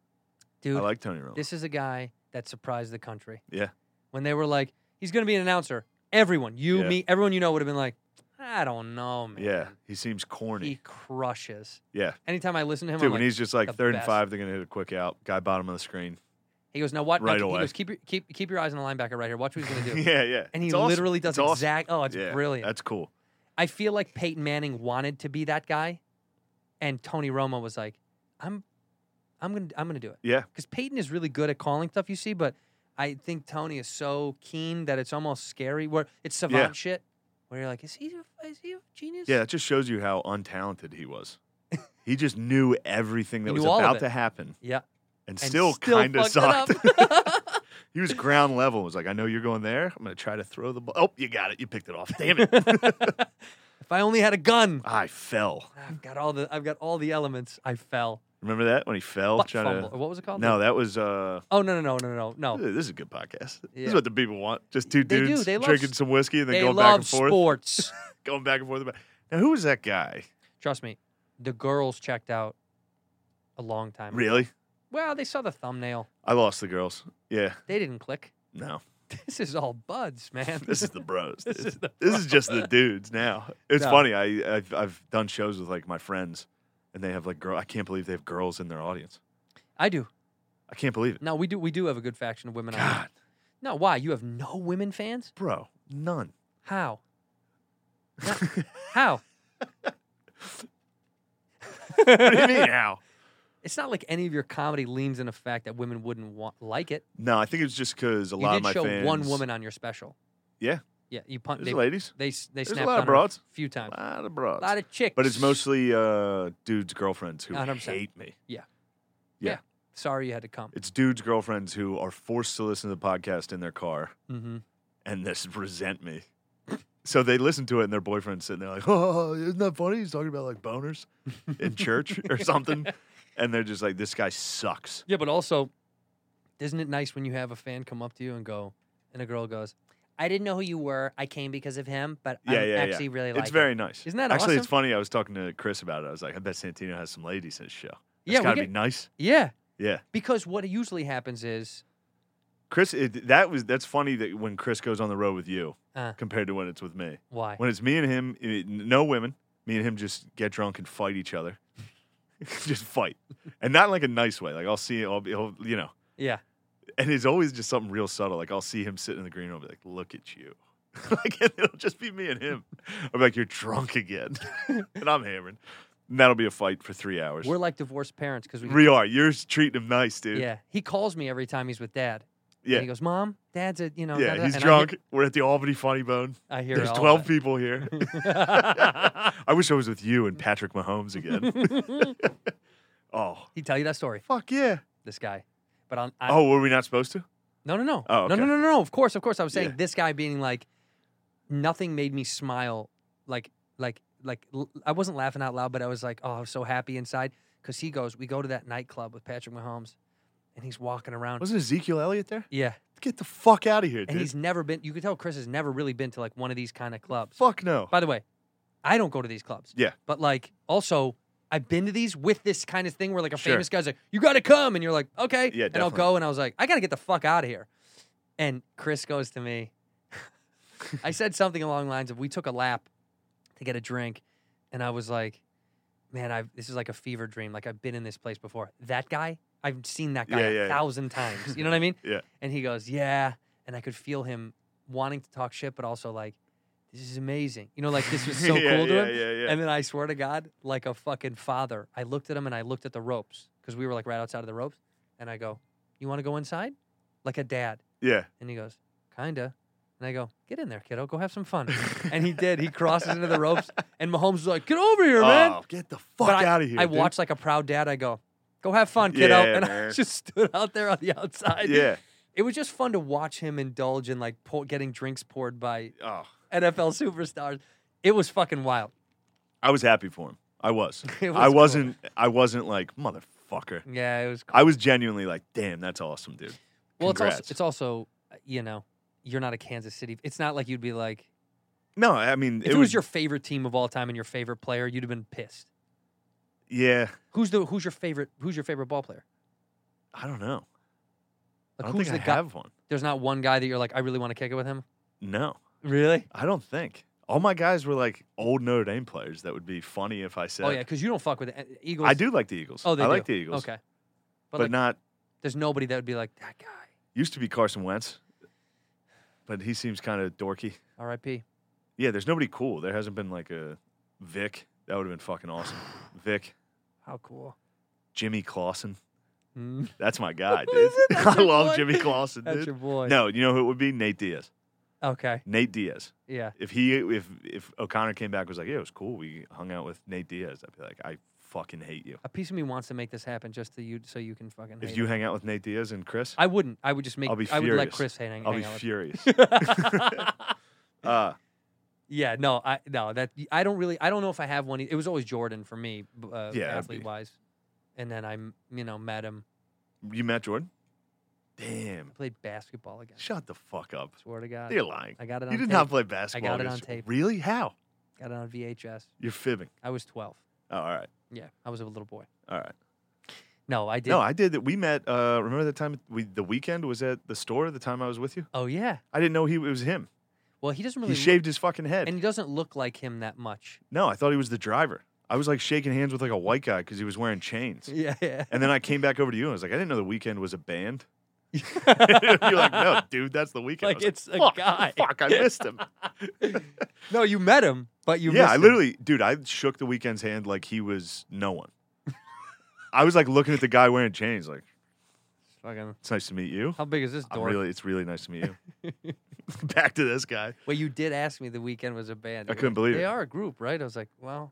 dude. I like Tony Romo. This is a guy that surprised the country. Oh. Yeah. When they were like, he's going to be an announcer. Everyone, you, Yeah. me, everyone you know would have been like, I don't know, man. yeah. He seems corny. He crushes. yeah. Anytime I listen to him, Dude, I'm when like- he's just like the third and best. five, they're gonna hit a quick out. Guy bottom of the screen. he goes, now what? right now, away. He goes, keep your, keep, keep your eyes on the linebacker right here. Watch what he's going to do. yeah, yeah. And he It's awesome. literally It's does awesome. exact. Oh, it's Yeah, brilliant. That's cool. I feel like Peyton Manning wanted to be that guy, and Tony Romo was like, I'm, I'm gonna, I'm gonna do it. Yeah. because Peyton is really good at calling stuff you see, but I think Tony is so keen that it's almost scary. Where it's savant Yeah. shit, where you're like, is he a, is he a genius? Yeah, that just shows you how untalented he was. he just knew everything that He was knew all of about it. to happen. yeah, And and still, still kind of fucked it up. sucked. he was ground level. He was like, I know you're going there. I'm going to try to throw the ball. Oh, you got it. You picked it off. Damn it. If I only had a gun, I fell. I've got all the, I've got all the elements. I fell. Remember that when he fell? Butt trying fumble. to- Or what was it called? No, that was. uh Oh no no no no no no. This is a good podcast. This Yeah. is what the people want. Just two They do. dudes They love drinking s- some whiskey and then They going back love and forth. sports. Going back and forth. Now, who was that guy? Trust me, the girls checked out a long time. ago. Really? Well, they saw the thumbnail. I lost the girls. Yeah. They didn't click. No. This is all buds, man. This is the bros. This dude. is the This is just the dudes now. It's No. funny. I I've, I've done shows with like my friends, and they have like girl. I can't believe they have girls in their audience. I do. I can't believe it. No, we do. We do have a good faction of women. on here. God, No, why? You have no women fans? bro, none. How? No- How? What do you mean how? It's not like any of your comedy leans in the fact that women wouldn't want like it. No, I think it's just because a You lot did of my show fans. one woman on your special. Yeah, Yeah, you punt. there's They, ladies, they s- they There's a snapped lot on of her broads. a few times. a lot of bros, A lot of chicks. but it's mostly uh, dudes' girlfriends who 100%. hate me. yeah. yeah. Sorry you had to come. It's dudes' girlfriends who are forced to listen to the podcast in their car Mm-hmm. and just resent me. So they listen to it and their boyfriend's sitting there like, oh, isn't that funny? He's talking about like boners in church or something. And they're just like, this guy sucks. Yeah, but also, isn't it nice when you have a fan come up to you and go, and a girl goes, "I didn't know who you were. I came because of him, but Yeah, I'm yeah, yeah. actually really like it's very nice. Isn't that Actually, awesome? it's funny. I was talking to Chris about it. I was like, I bet Santino has some ladies in his show. Yeah, It's we got to get- be nice. yeah." Yeah. Because what usually happens is Chris, it, that was that's funny that when Chris goes on the road with you Uh. compared to when it's with me. Why? When it's me and him, it- no women. Me and him just get drunk and fight each other, just fight, and not in like a nice way. Like I'll see, I'll be, I'll, you know, yeah. and it's always just something real subtle. Like I'll see him sitting in the green room, I'll be like, "Look at you," like and it'll just be me and him. I'll be like, "You're drunk again," and I'm hammered. And that'll be a fight for three hours. We're like divorced parents because we. we are. You're treating him nice, dude. Yeah. He calls me every time he's with dad. yeah. And he goes, Mom, dad's a, you know. yeah, da-da-da," he's and I hear- drunk. We're at the Albany Funny Bone. I hear There's all 12 that. people here. I wish I was with you and Patrick Mahomes again. oh, He tell you that story, fuck yeah. this guy. But on, I, Oh, were we not supposed to? no, no, no, no, Oh, no, okay. no, no, no. Of course, of course. I was saying Yeah. this guy being like, nothing made me smile, like, like, like. l- I wasn't laughing out loud, but I was like, oh, I was so happy inside because he goes, we go to that nightclub with Patrick Mahomes, and he's walking around. Wasn't Ezekiel Elliott there? yeah, Get the fuck out of here, and dude. he's never been. You can tell Chris has never really been to like one of these kind of clubs. Fuck no. By the way, I don't go to these clubs. Yeah. But like also I've been to these with this kind of thing where like a Sure. famous guy's like, You gotta come and you're like, Okay. Yeah, and I'll definitely. go and I was like, I gotta get the fuck out of here. And Chris goes to me. I said something along the lines of we took a lap to get a drink and I was like, Man, I've this is like a fever dream. Like I've been in this place before. That guy, I've seen that guy Yeah, a yeah, yeah. thousand times. You know what I mean? Yeah. And he goes, Yeah. And I could feel him wanting to talk shit, but also like, this is amazing. You know, like this was so Yeah, cool to yeah, him. yeah, yeah. And then I swear to God, like a fucking father, I looked at him and I looked at the ropes because we were like right outside of the ropes. And I go, You want to go inside? Like a dad. Yeah. And he goes, Kinda. And I go, Get in there, kiddo. Go have some fun. and he did. He crosses into the ropes. And Mahomes is like, Get over here, man. Oh, get the But fuck I- out of here. I dude. watched like a proud dad. I go, Go have fun, kiddo. Yeah, and I man. just stood out there on the outside Yeah. it was just fun to watch him indulge in like pour, getting drinks poured by Oh, NFL superstars. It was fucking wild. I was happy for him. I was. It was I cool. wasn't. I wasn't like motherfucker. Yeah, it was. Cool. I was genuinely like, damn, that's awesome, dude. well, it's also, Congrats. it's also, uh, you know, you're not a Kansas City. It's not like you'd be like No, I mean, if it, was, your favorite team of all time and your favorite player, you'd have been pissed. Yeah, Who's the who's your favorite who's your favorite ball player? I don't know. Like I don't who's think I the guy? have one. There's not one guy that you're like I really want to kick it with him. No, Really? I don't think. All my guys were like old Notre Dame players. That would be funny if I said. Oh yeah, because you don't fuck with the uh, Eagles. I do like the Eagles. Oh, they I do. like the Eagles. Okay, but, but, like, not. there's nobody that would be like that guy. Used to be Carson Wentz, but he seems kind of dorky. R.I.P. Yeah, there's nobody cool. There hasn't been like a Vic. That would have been fucking awesome. Vic, How cool. Jimmy Clausen. Mm. That's my guy, What dude. is it? That's I your love boy. Jimmy Clausen, That's dude. your boy. No, you know who it would be? Nate Diaz. Okay. Nate Diaz. Yeah. if he if if O'Connor came back and was like, yeah, it was cool. We hung out with Nate Diaz. I'd be like, I fucking hate you. A piece of me wants to make this happen just to you, so you can fucking. If hate you him. hang out with Nate Diaz and Chris, I wouldn't. I would just make. will be I furious. would let Chris hang. I'll hang be out with- furious. uh, yeah. No. I no. That I don't really. I don't know if I have one. e, It was always Jordan for me, b- uh, Yeah, that'd be- athlete wise. And then I, m- you know, met him. you met Jordan? Damn! I played basketball again. Shut the fuck up. Swear to God. You're lying. I got it You on did not tape. play basketball. it against- on tape. Really? How? Got it on VHS. You're fibbing. I was 12. Oh, all right, Yeah, I was a little boy. all right. No, I did. No, I did that. We met. Uh, remember that time we the weekend was at the store. The time I was with you, oh yeah. I didn't know he it was him. Well, he doesn't He really. look- shaved his fucking head. and he doesn't look like him that much. No, I thought he was the driver. I was like shaking hands with like a white guy because he was wearing chains. Yeah. Yeah. And then I came back over to you and I was like, I didn't know the weekend was a band. You're like, no, dude, that's the weekend. I Like, was it's a fuck, guy. Fuck, I missed him. No, you met him, but you. yeah, missed I him. literally, dude, I shook the weekend's hand like he was no one. I was like looking at the guy wearing chains, like, Fucking. it's nice to meet you. How big is this I'm door? really, it's really nice to meet you. back to this guy. Well, you did ask me the weekend was a band. I You were couldn't like, believe they it. are a group, right? I was like, well,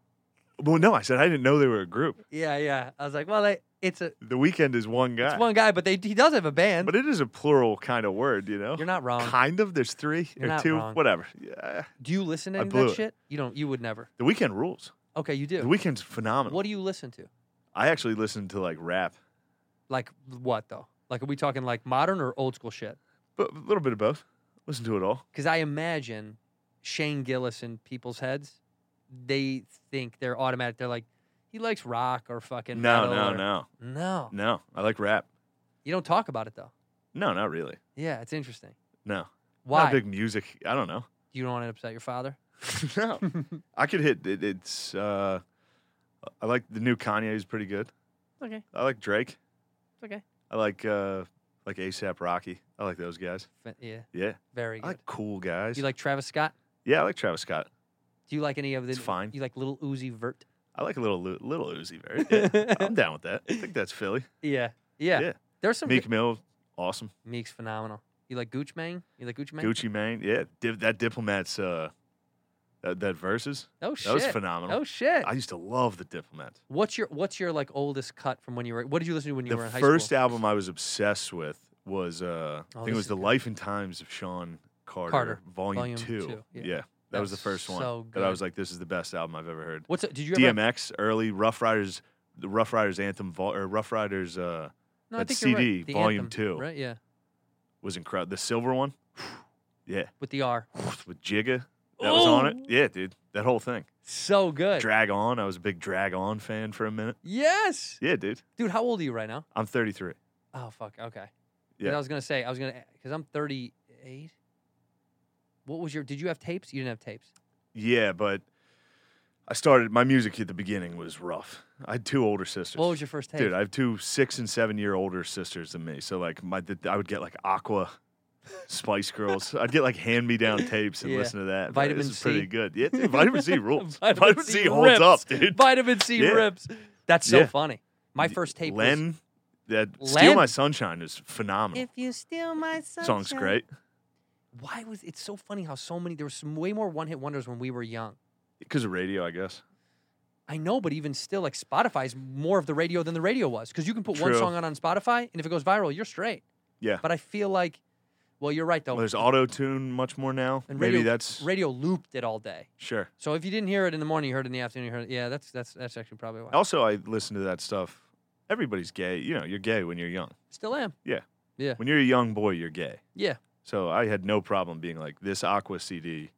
Well, no, I said I didn't know they were a group. yeah, yeah. I was like, well, they, it's a it's The weekend is one guy. one guy, but they he does have a band. But it is a plural kind of word, you know? You're not wrong. Kind of. There's three You're or not two, wrong. whatever. Yeah. do you listen to I any of blew that it. shit? You don't. You would never. The weekend rules. Okay, you The do. weekend's phenomenal. What do you listen to? I actually listened to like rap, Like what though? Like are we talking like modern or old school shit? but a little bit of both. Listen to it all. Because I imagine Shane Gillis in people's heads, they think they're automatic. They're like, he likes rock or fucking No, metal no, or- no, no. no. I like rap. You don't talk about it though. No, not really. Yeah, it's interesting. No. Not Why? a big music. I don't know. You don't want to upset your father? no. I could hit. It, it's. uh I like the new Kanye. He's pretty good. Okay. I like Drake. Okay. I like uh like ASAP Rocky. I like those guys. But yeah, Yeah. very I good. like cool guys. You like Travis Scott? yeah, I like Travis Scott. Do you like any of the? It's fine. You like little Uzi Vert? I like a little Lu- little Uzi Vert. Yeah, I'm down with that. I think that's Philly. Yeah. Yeah. Yeah. There's some. Meek good- Mill, awesome. Meek's phenomenal. You like Gooch Mang? You like Gooch Mang? Gucci Mane, yeah. Dip, that diplomats, uh, that, that verses. Oh shit. That was phenomenal. Oh shit. I used to love the diplomats. What's your What's your like oldest cut from when you were? What did you listen to when you The were in high first school? album I was obsessed with was uh, I think this it is was the good. Life and Times of Sean Carter, Carter, Volume, Volume Two. Two, yeah. Yeah. that, was the was first one so that I good. was like, this is the best album I've ever heard. What's it? Did you ever? DMX early Rough Riders, the Rough Riders anthem, vol- or Rough Riders uh, No, I that think you're right. CD, The Volume Anthem, Two. Right. Yeah. was incredible. The silver one, yeah, With the R. with Jigga that was on it. Ooh. Yeah, dude, that whole thing. So good. Drag On, I was a big Drag On fan for a minute. yes. Yeah, dude, Dude, how old are you right now? I'm 33. Oh fuck. Okay. Yeah. Yeah. I was gonna say I was gonna because I'm 38. What was your? Did you have tapes? You didn't have tapes. Yeah, but I started my music at the beginning was rough. I had two older sisters. What was your first tape? Dude, I have two six and seven year older sisters than me. So like my th- I would get like Aqua, Spice Girls. I'd get like hand me down tapes and Yeah. listen to that. but Vitamin this is pretty C. good. Yeah, dude, Vitamin C rules. Vitamin, C, rips. holds up, dude. Vitamin C Yeah. rips. That's so Yeah. funny. My first tape was- Len, that Steal My Len? Sunshine is phenomenal. If you steal my sunshine. Song's great. why was it's so funny how so many there was some way more one hit wonders when we were young. Because of radio, I guess. I know, but even still, like Spotify is more of the radio than the radio was because you can put one True. song on on Spotify and if it goes viral, you're straight. Yeah. But I feel like, well, you're right though. Well, there's auto tune much more now. and Maybe radio, that's radio looped it all day. sure. So if you didn't hear it in the morning, you heard it in the afternoon. You heard it. Yeah, that's that's that's actually probably why. Also, I listen to that stuff. Everybody's gay. You know, you're gay when you're young. Still am. Yeah. Yeah. When you're a young boy, you're gay. Yeah. So I had no problem being like, this Aqua CD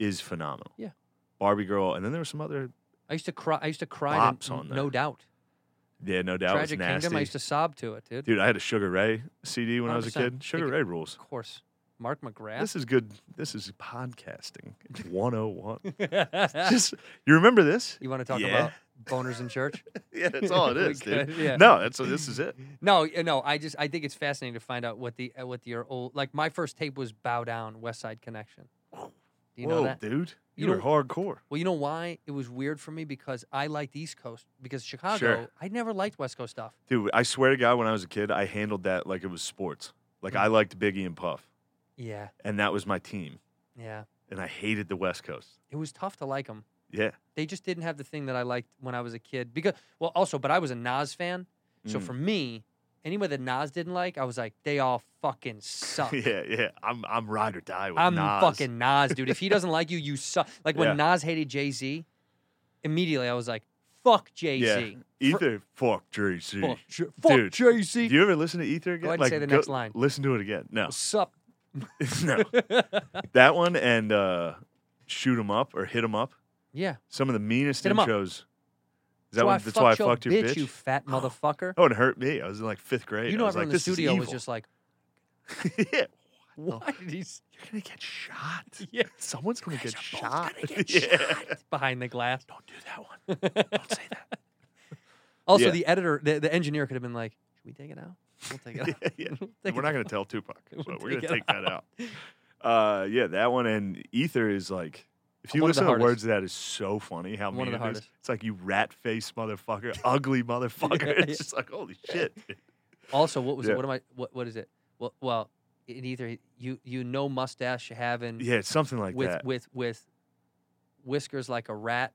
is phenomenal. Yeah. Barbie Girl. And then there was some other, I used to cry. I used to cry. To, Bops on No there. doubt. yeah, no doubt. Tragic it was nasty. Kingdom. I used to sob to it, dude. Dude, I had a Sugar Ray CD when I was a 100%. kid. Sugar Like- Ray rules. Of course, Mark McGrath. This is good. This is podcasting. It's 101. Just, you remember this? you want to talk Yeah. about boners in church? Yeah, that's all it We is, dude. could, yeah. No, that's this is it. No, y- no. I just I think it's fascinating to find out what the uh, what your old like. My first tape was Bow Down, West Side Connection. Do you Whoa, know that? dude. You You, were hardcore. Well, you know why it was weird for me because I liked East Coast because Chicago. I never liked West Coast stuff. Dude, I swear to God, when I was a kid, I handled that like it was sports. Like Mm. I liked Biggie and Puff, Yeah, and that was my team. yeah. And I hated the West Coast. It was tough to like them. Yeah. They just didn't have the thing that I liked when I was a kid. Because well, also, but I was a Nas fan, so Mm. for me, anyone that Nas didn't like, I was like, they all fucking suck. Yeah, yeah. I'm I'm ride or die with I'm Nas. fucking Nas, dude. If he doesn't like you, you suck. Like when Yeah. Nas hated Jay Z, immediately I was like, fuck Jay yeah. Z. Ether, fuck Jay Z. Fuck, Do J- fuck Dude, Jay Z. you ever listen to Ether again? Go ahead and say the next line. Listen to it again. No, Sup. no. that one and uh, shoot 'em up or hit 'em up. Yeah. Some of the meanest Hit 'em up. intros. Is So that one? That's why I fucked your bitch. You fat motherfucker. oh, and it hurt me. I was in like fifth grade. you know, I was everyone like, in the this is studio was evil. just like, yeah. why did he? s- You're gonna get shot. Yeah. Someone's gonna get shot. Behind the glass. Don't do that one. Don't say that. Also, Yeah. the editor, the, the engineer could have been like, should we take it out? We'll take it out. yeah. Take We're it not gonna tell Tupac. We'll but we're take gonna it take that out. Uh, yeah, that one and Ether is like. If you One of the listen to hardest. words, to that is so funny. How One of mean the it is. hardest. It's like you rat face motherfucker, ugly motherfucker. Yeah, it's yeah. just like holy shit. Also, what was Yeah. it? What am I? What What is it? Well, well, in either you you know mustache having Yeah, it's something like with that. with with whiskers like a rat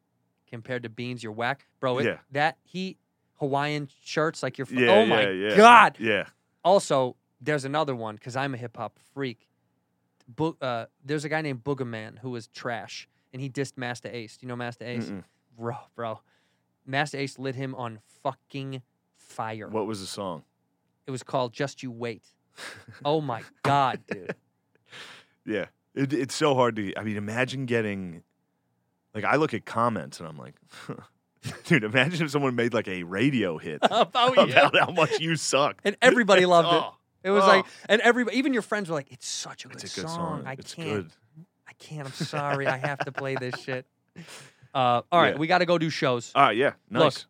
compared to beans, you're whack, bro. It, Yeah. That he Hawaiian shirts like you're. F- yeah, oh my yeah, yeah. god! Yeah, Also, there's another one because I'm a hip hop freak. Bo- uh, there's a guy named Boogerman who was trash, and he dissed Master Ace. Do you know Master Ace? Mm-mm. Bro, bro, Master Ace lit him on fucking fire. What was the song? It was called Just You Wait. Oh my God, dude. Yeah, it, it's so hard to. I mean, imagine getting. Like I look at comments and I'm like, dude, imagine if someone made like a radio hit About you. about how much you suck. And oh, everybody loved it. Oh, It was Oh. like, and everybody, even your friends were like, "It's such a good, It's a good song. song. I it's can't, good. I can't. I'm sorry. I have to play this shit." Uh, all right, Yeah. we got to go do shows. All right, yeah. Nice.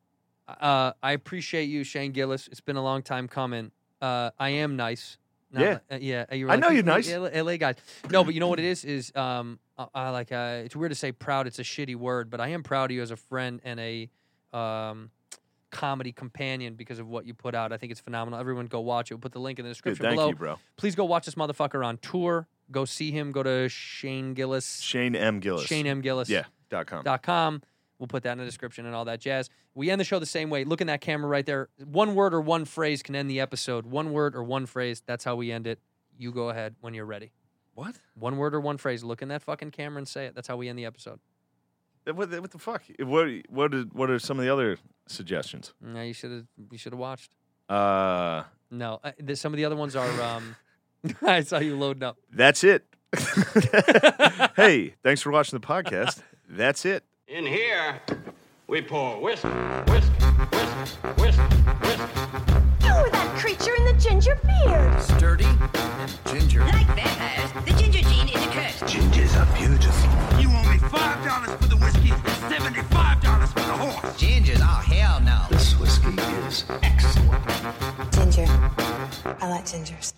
Uh, I appreciate you, Shane Gillis. It's been a long time coming. Uh, I am nice. Not Yeah. li- uh, yeah. You were I like, know "You- you're nice." you L- LA guys. No, but you know what it is is um, I, I like uh, it's weird to say proud. It's a shitty word, but I am proud of you as a friend and a um, comedy companion because of what you put out. I think it's phenomenal. Everyone, go watch it. We'll put the link in the Good, description thank below. you, bro. Please go watch this motherfucker on tour. Go see him. Go to Shane Gillis. Shane M. Gillis. Shane M. Gillis Yeah. Dot com. dot com. We'll put that in the description and all that jazz. We end the show the same way. Look in that camera right there. One word or one phrase can end the episode. One word or one phrase. That's how we end it. You go ahead when you're ready. What? One word or one phrase. Look in that fucking camera and say it. That's how we end the episode. Uh, What, the- what the fuck? What what did, what are some of the other suggestions? No, you should have. You should have watched. Uh, No, uh, th- some of the other ones are. Um, I saw you loading up. that's it. hey, thanks for watching the podcast. That's it. In here, we pour whisk, whisk, whisk, whisk, whisk. You were that creature in the ginger beard. Sturdy and ginger. Like vampires, the ginger gene is a curse. Gingers are beautiful. You owe me five dollars for the whiskey and seventy-five dollars for the horse. Gingers, oh hell no. This whiskey is excellent. Ginger. I like gingers.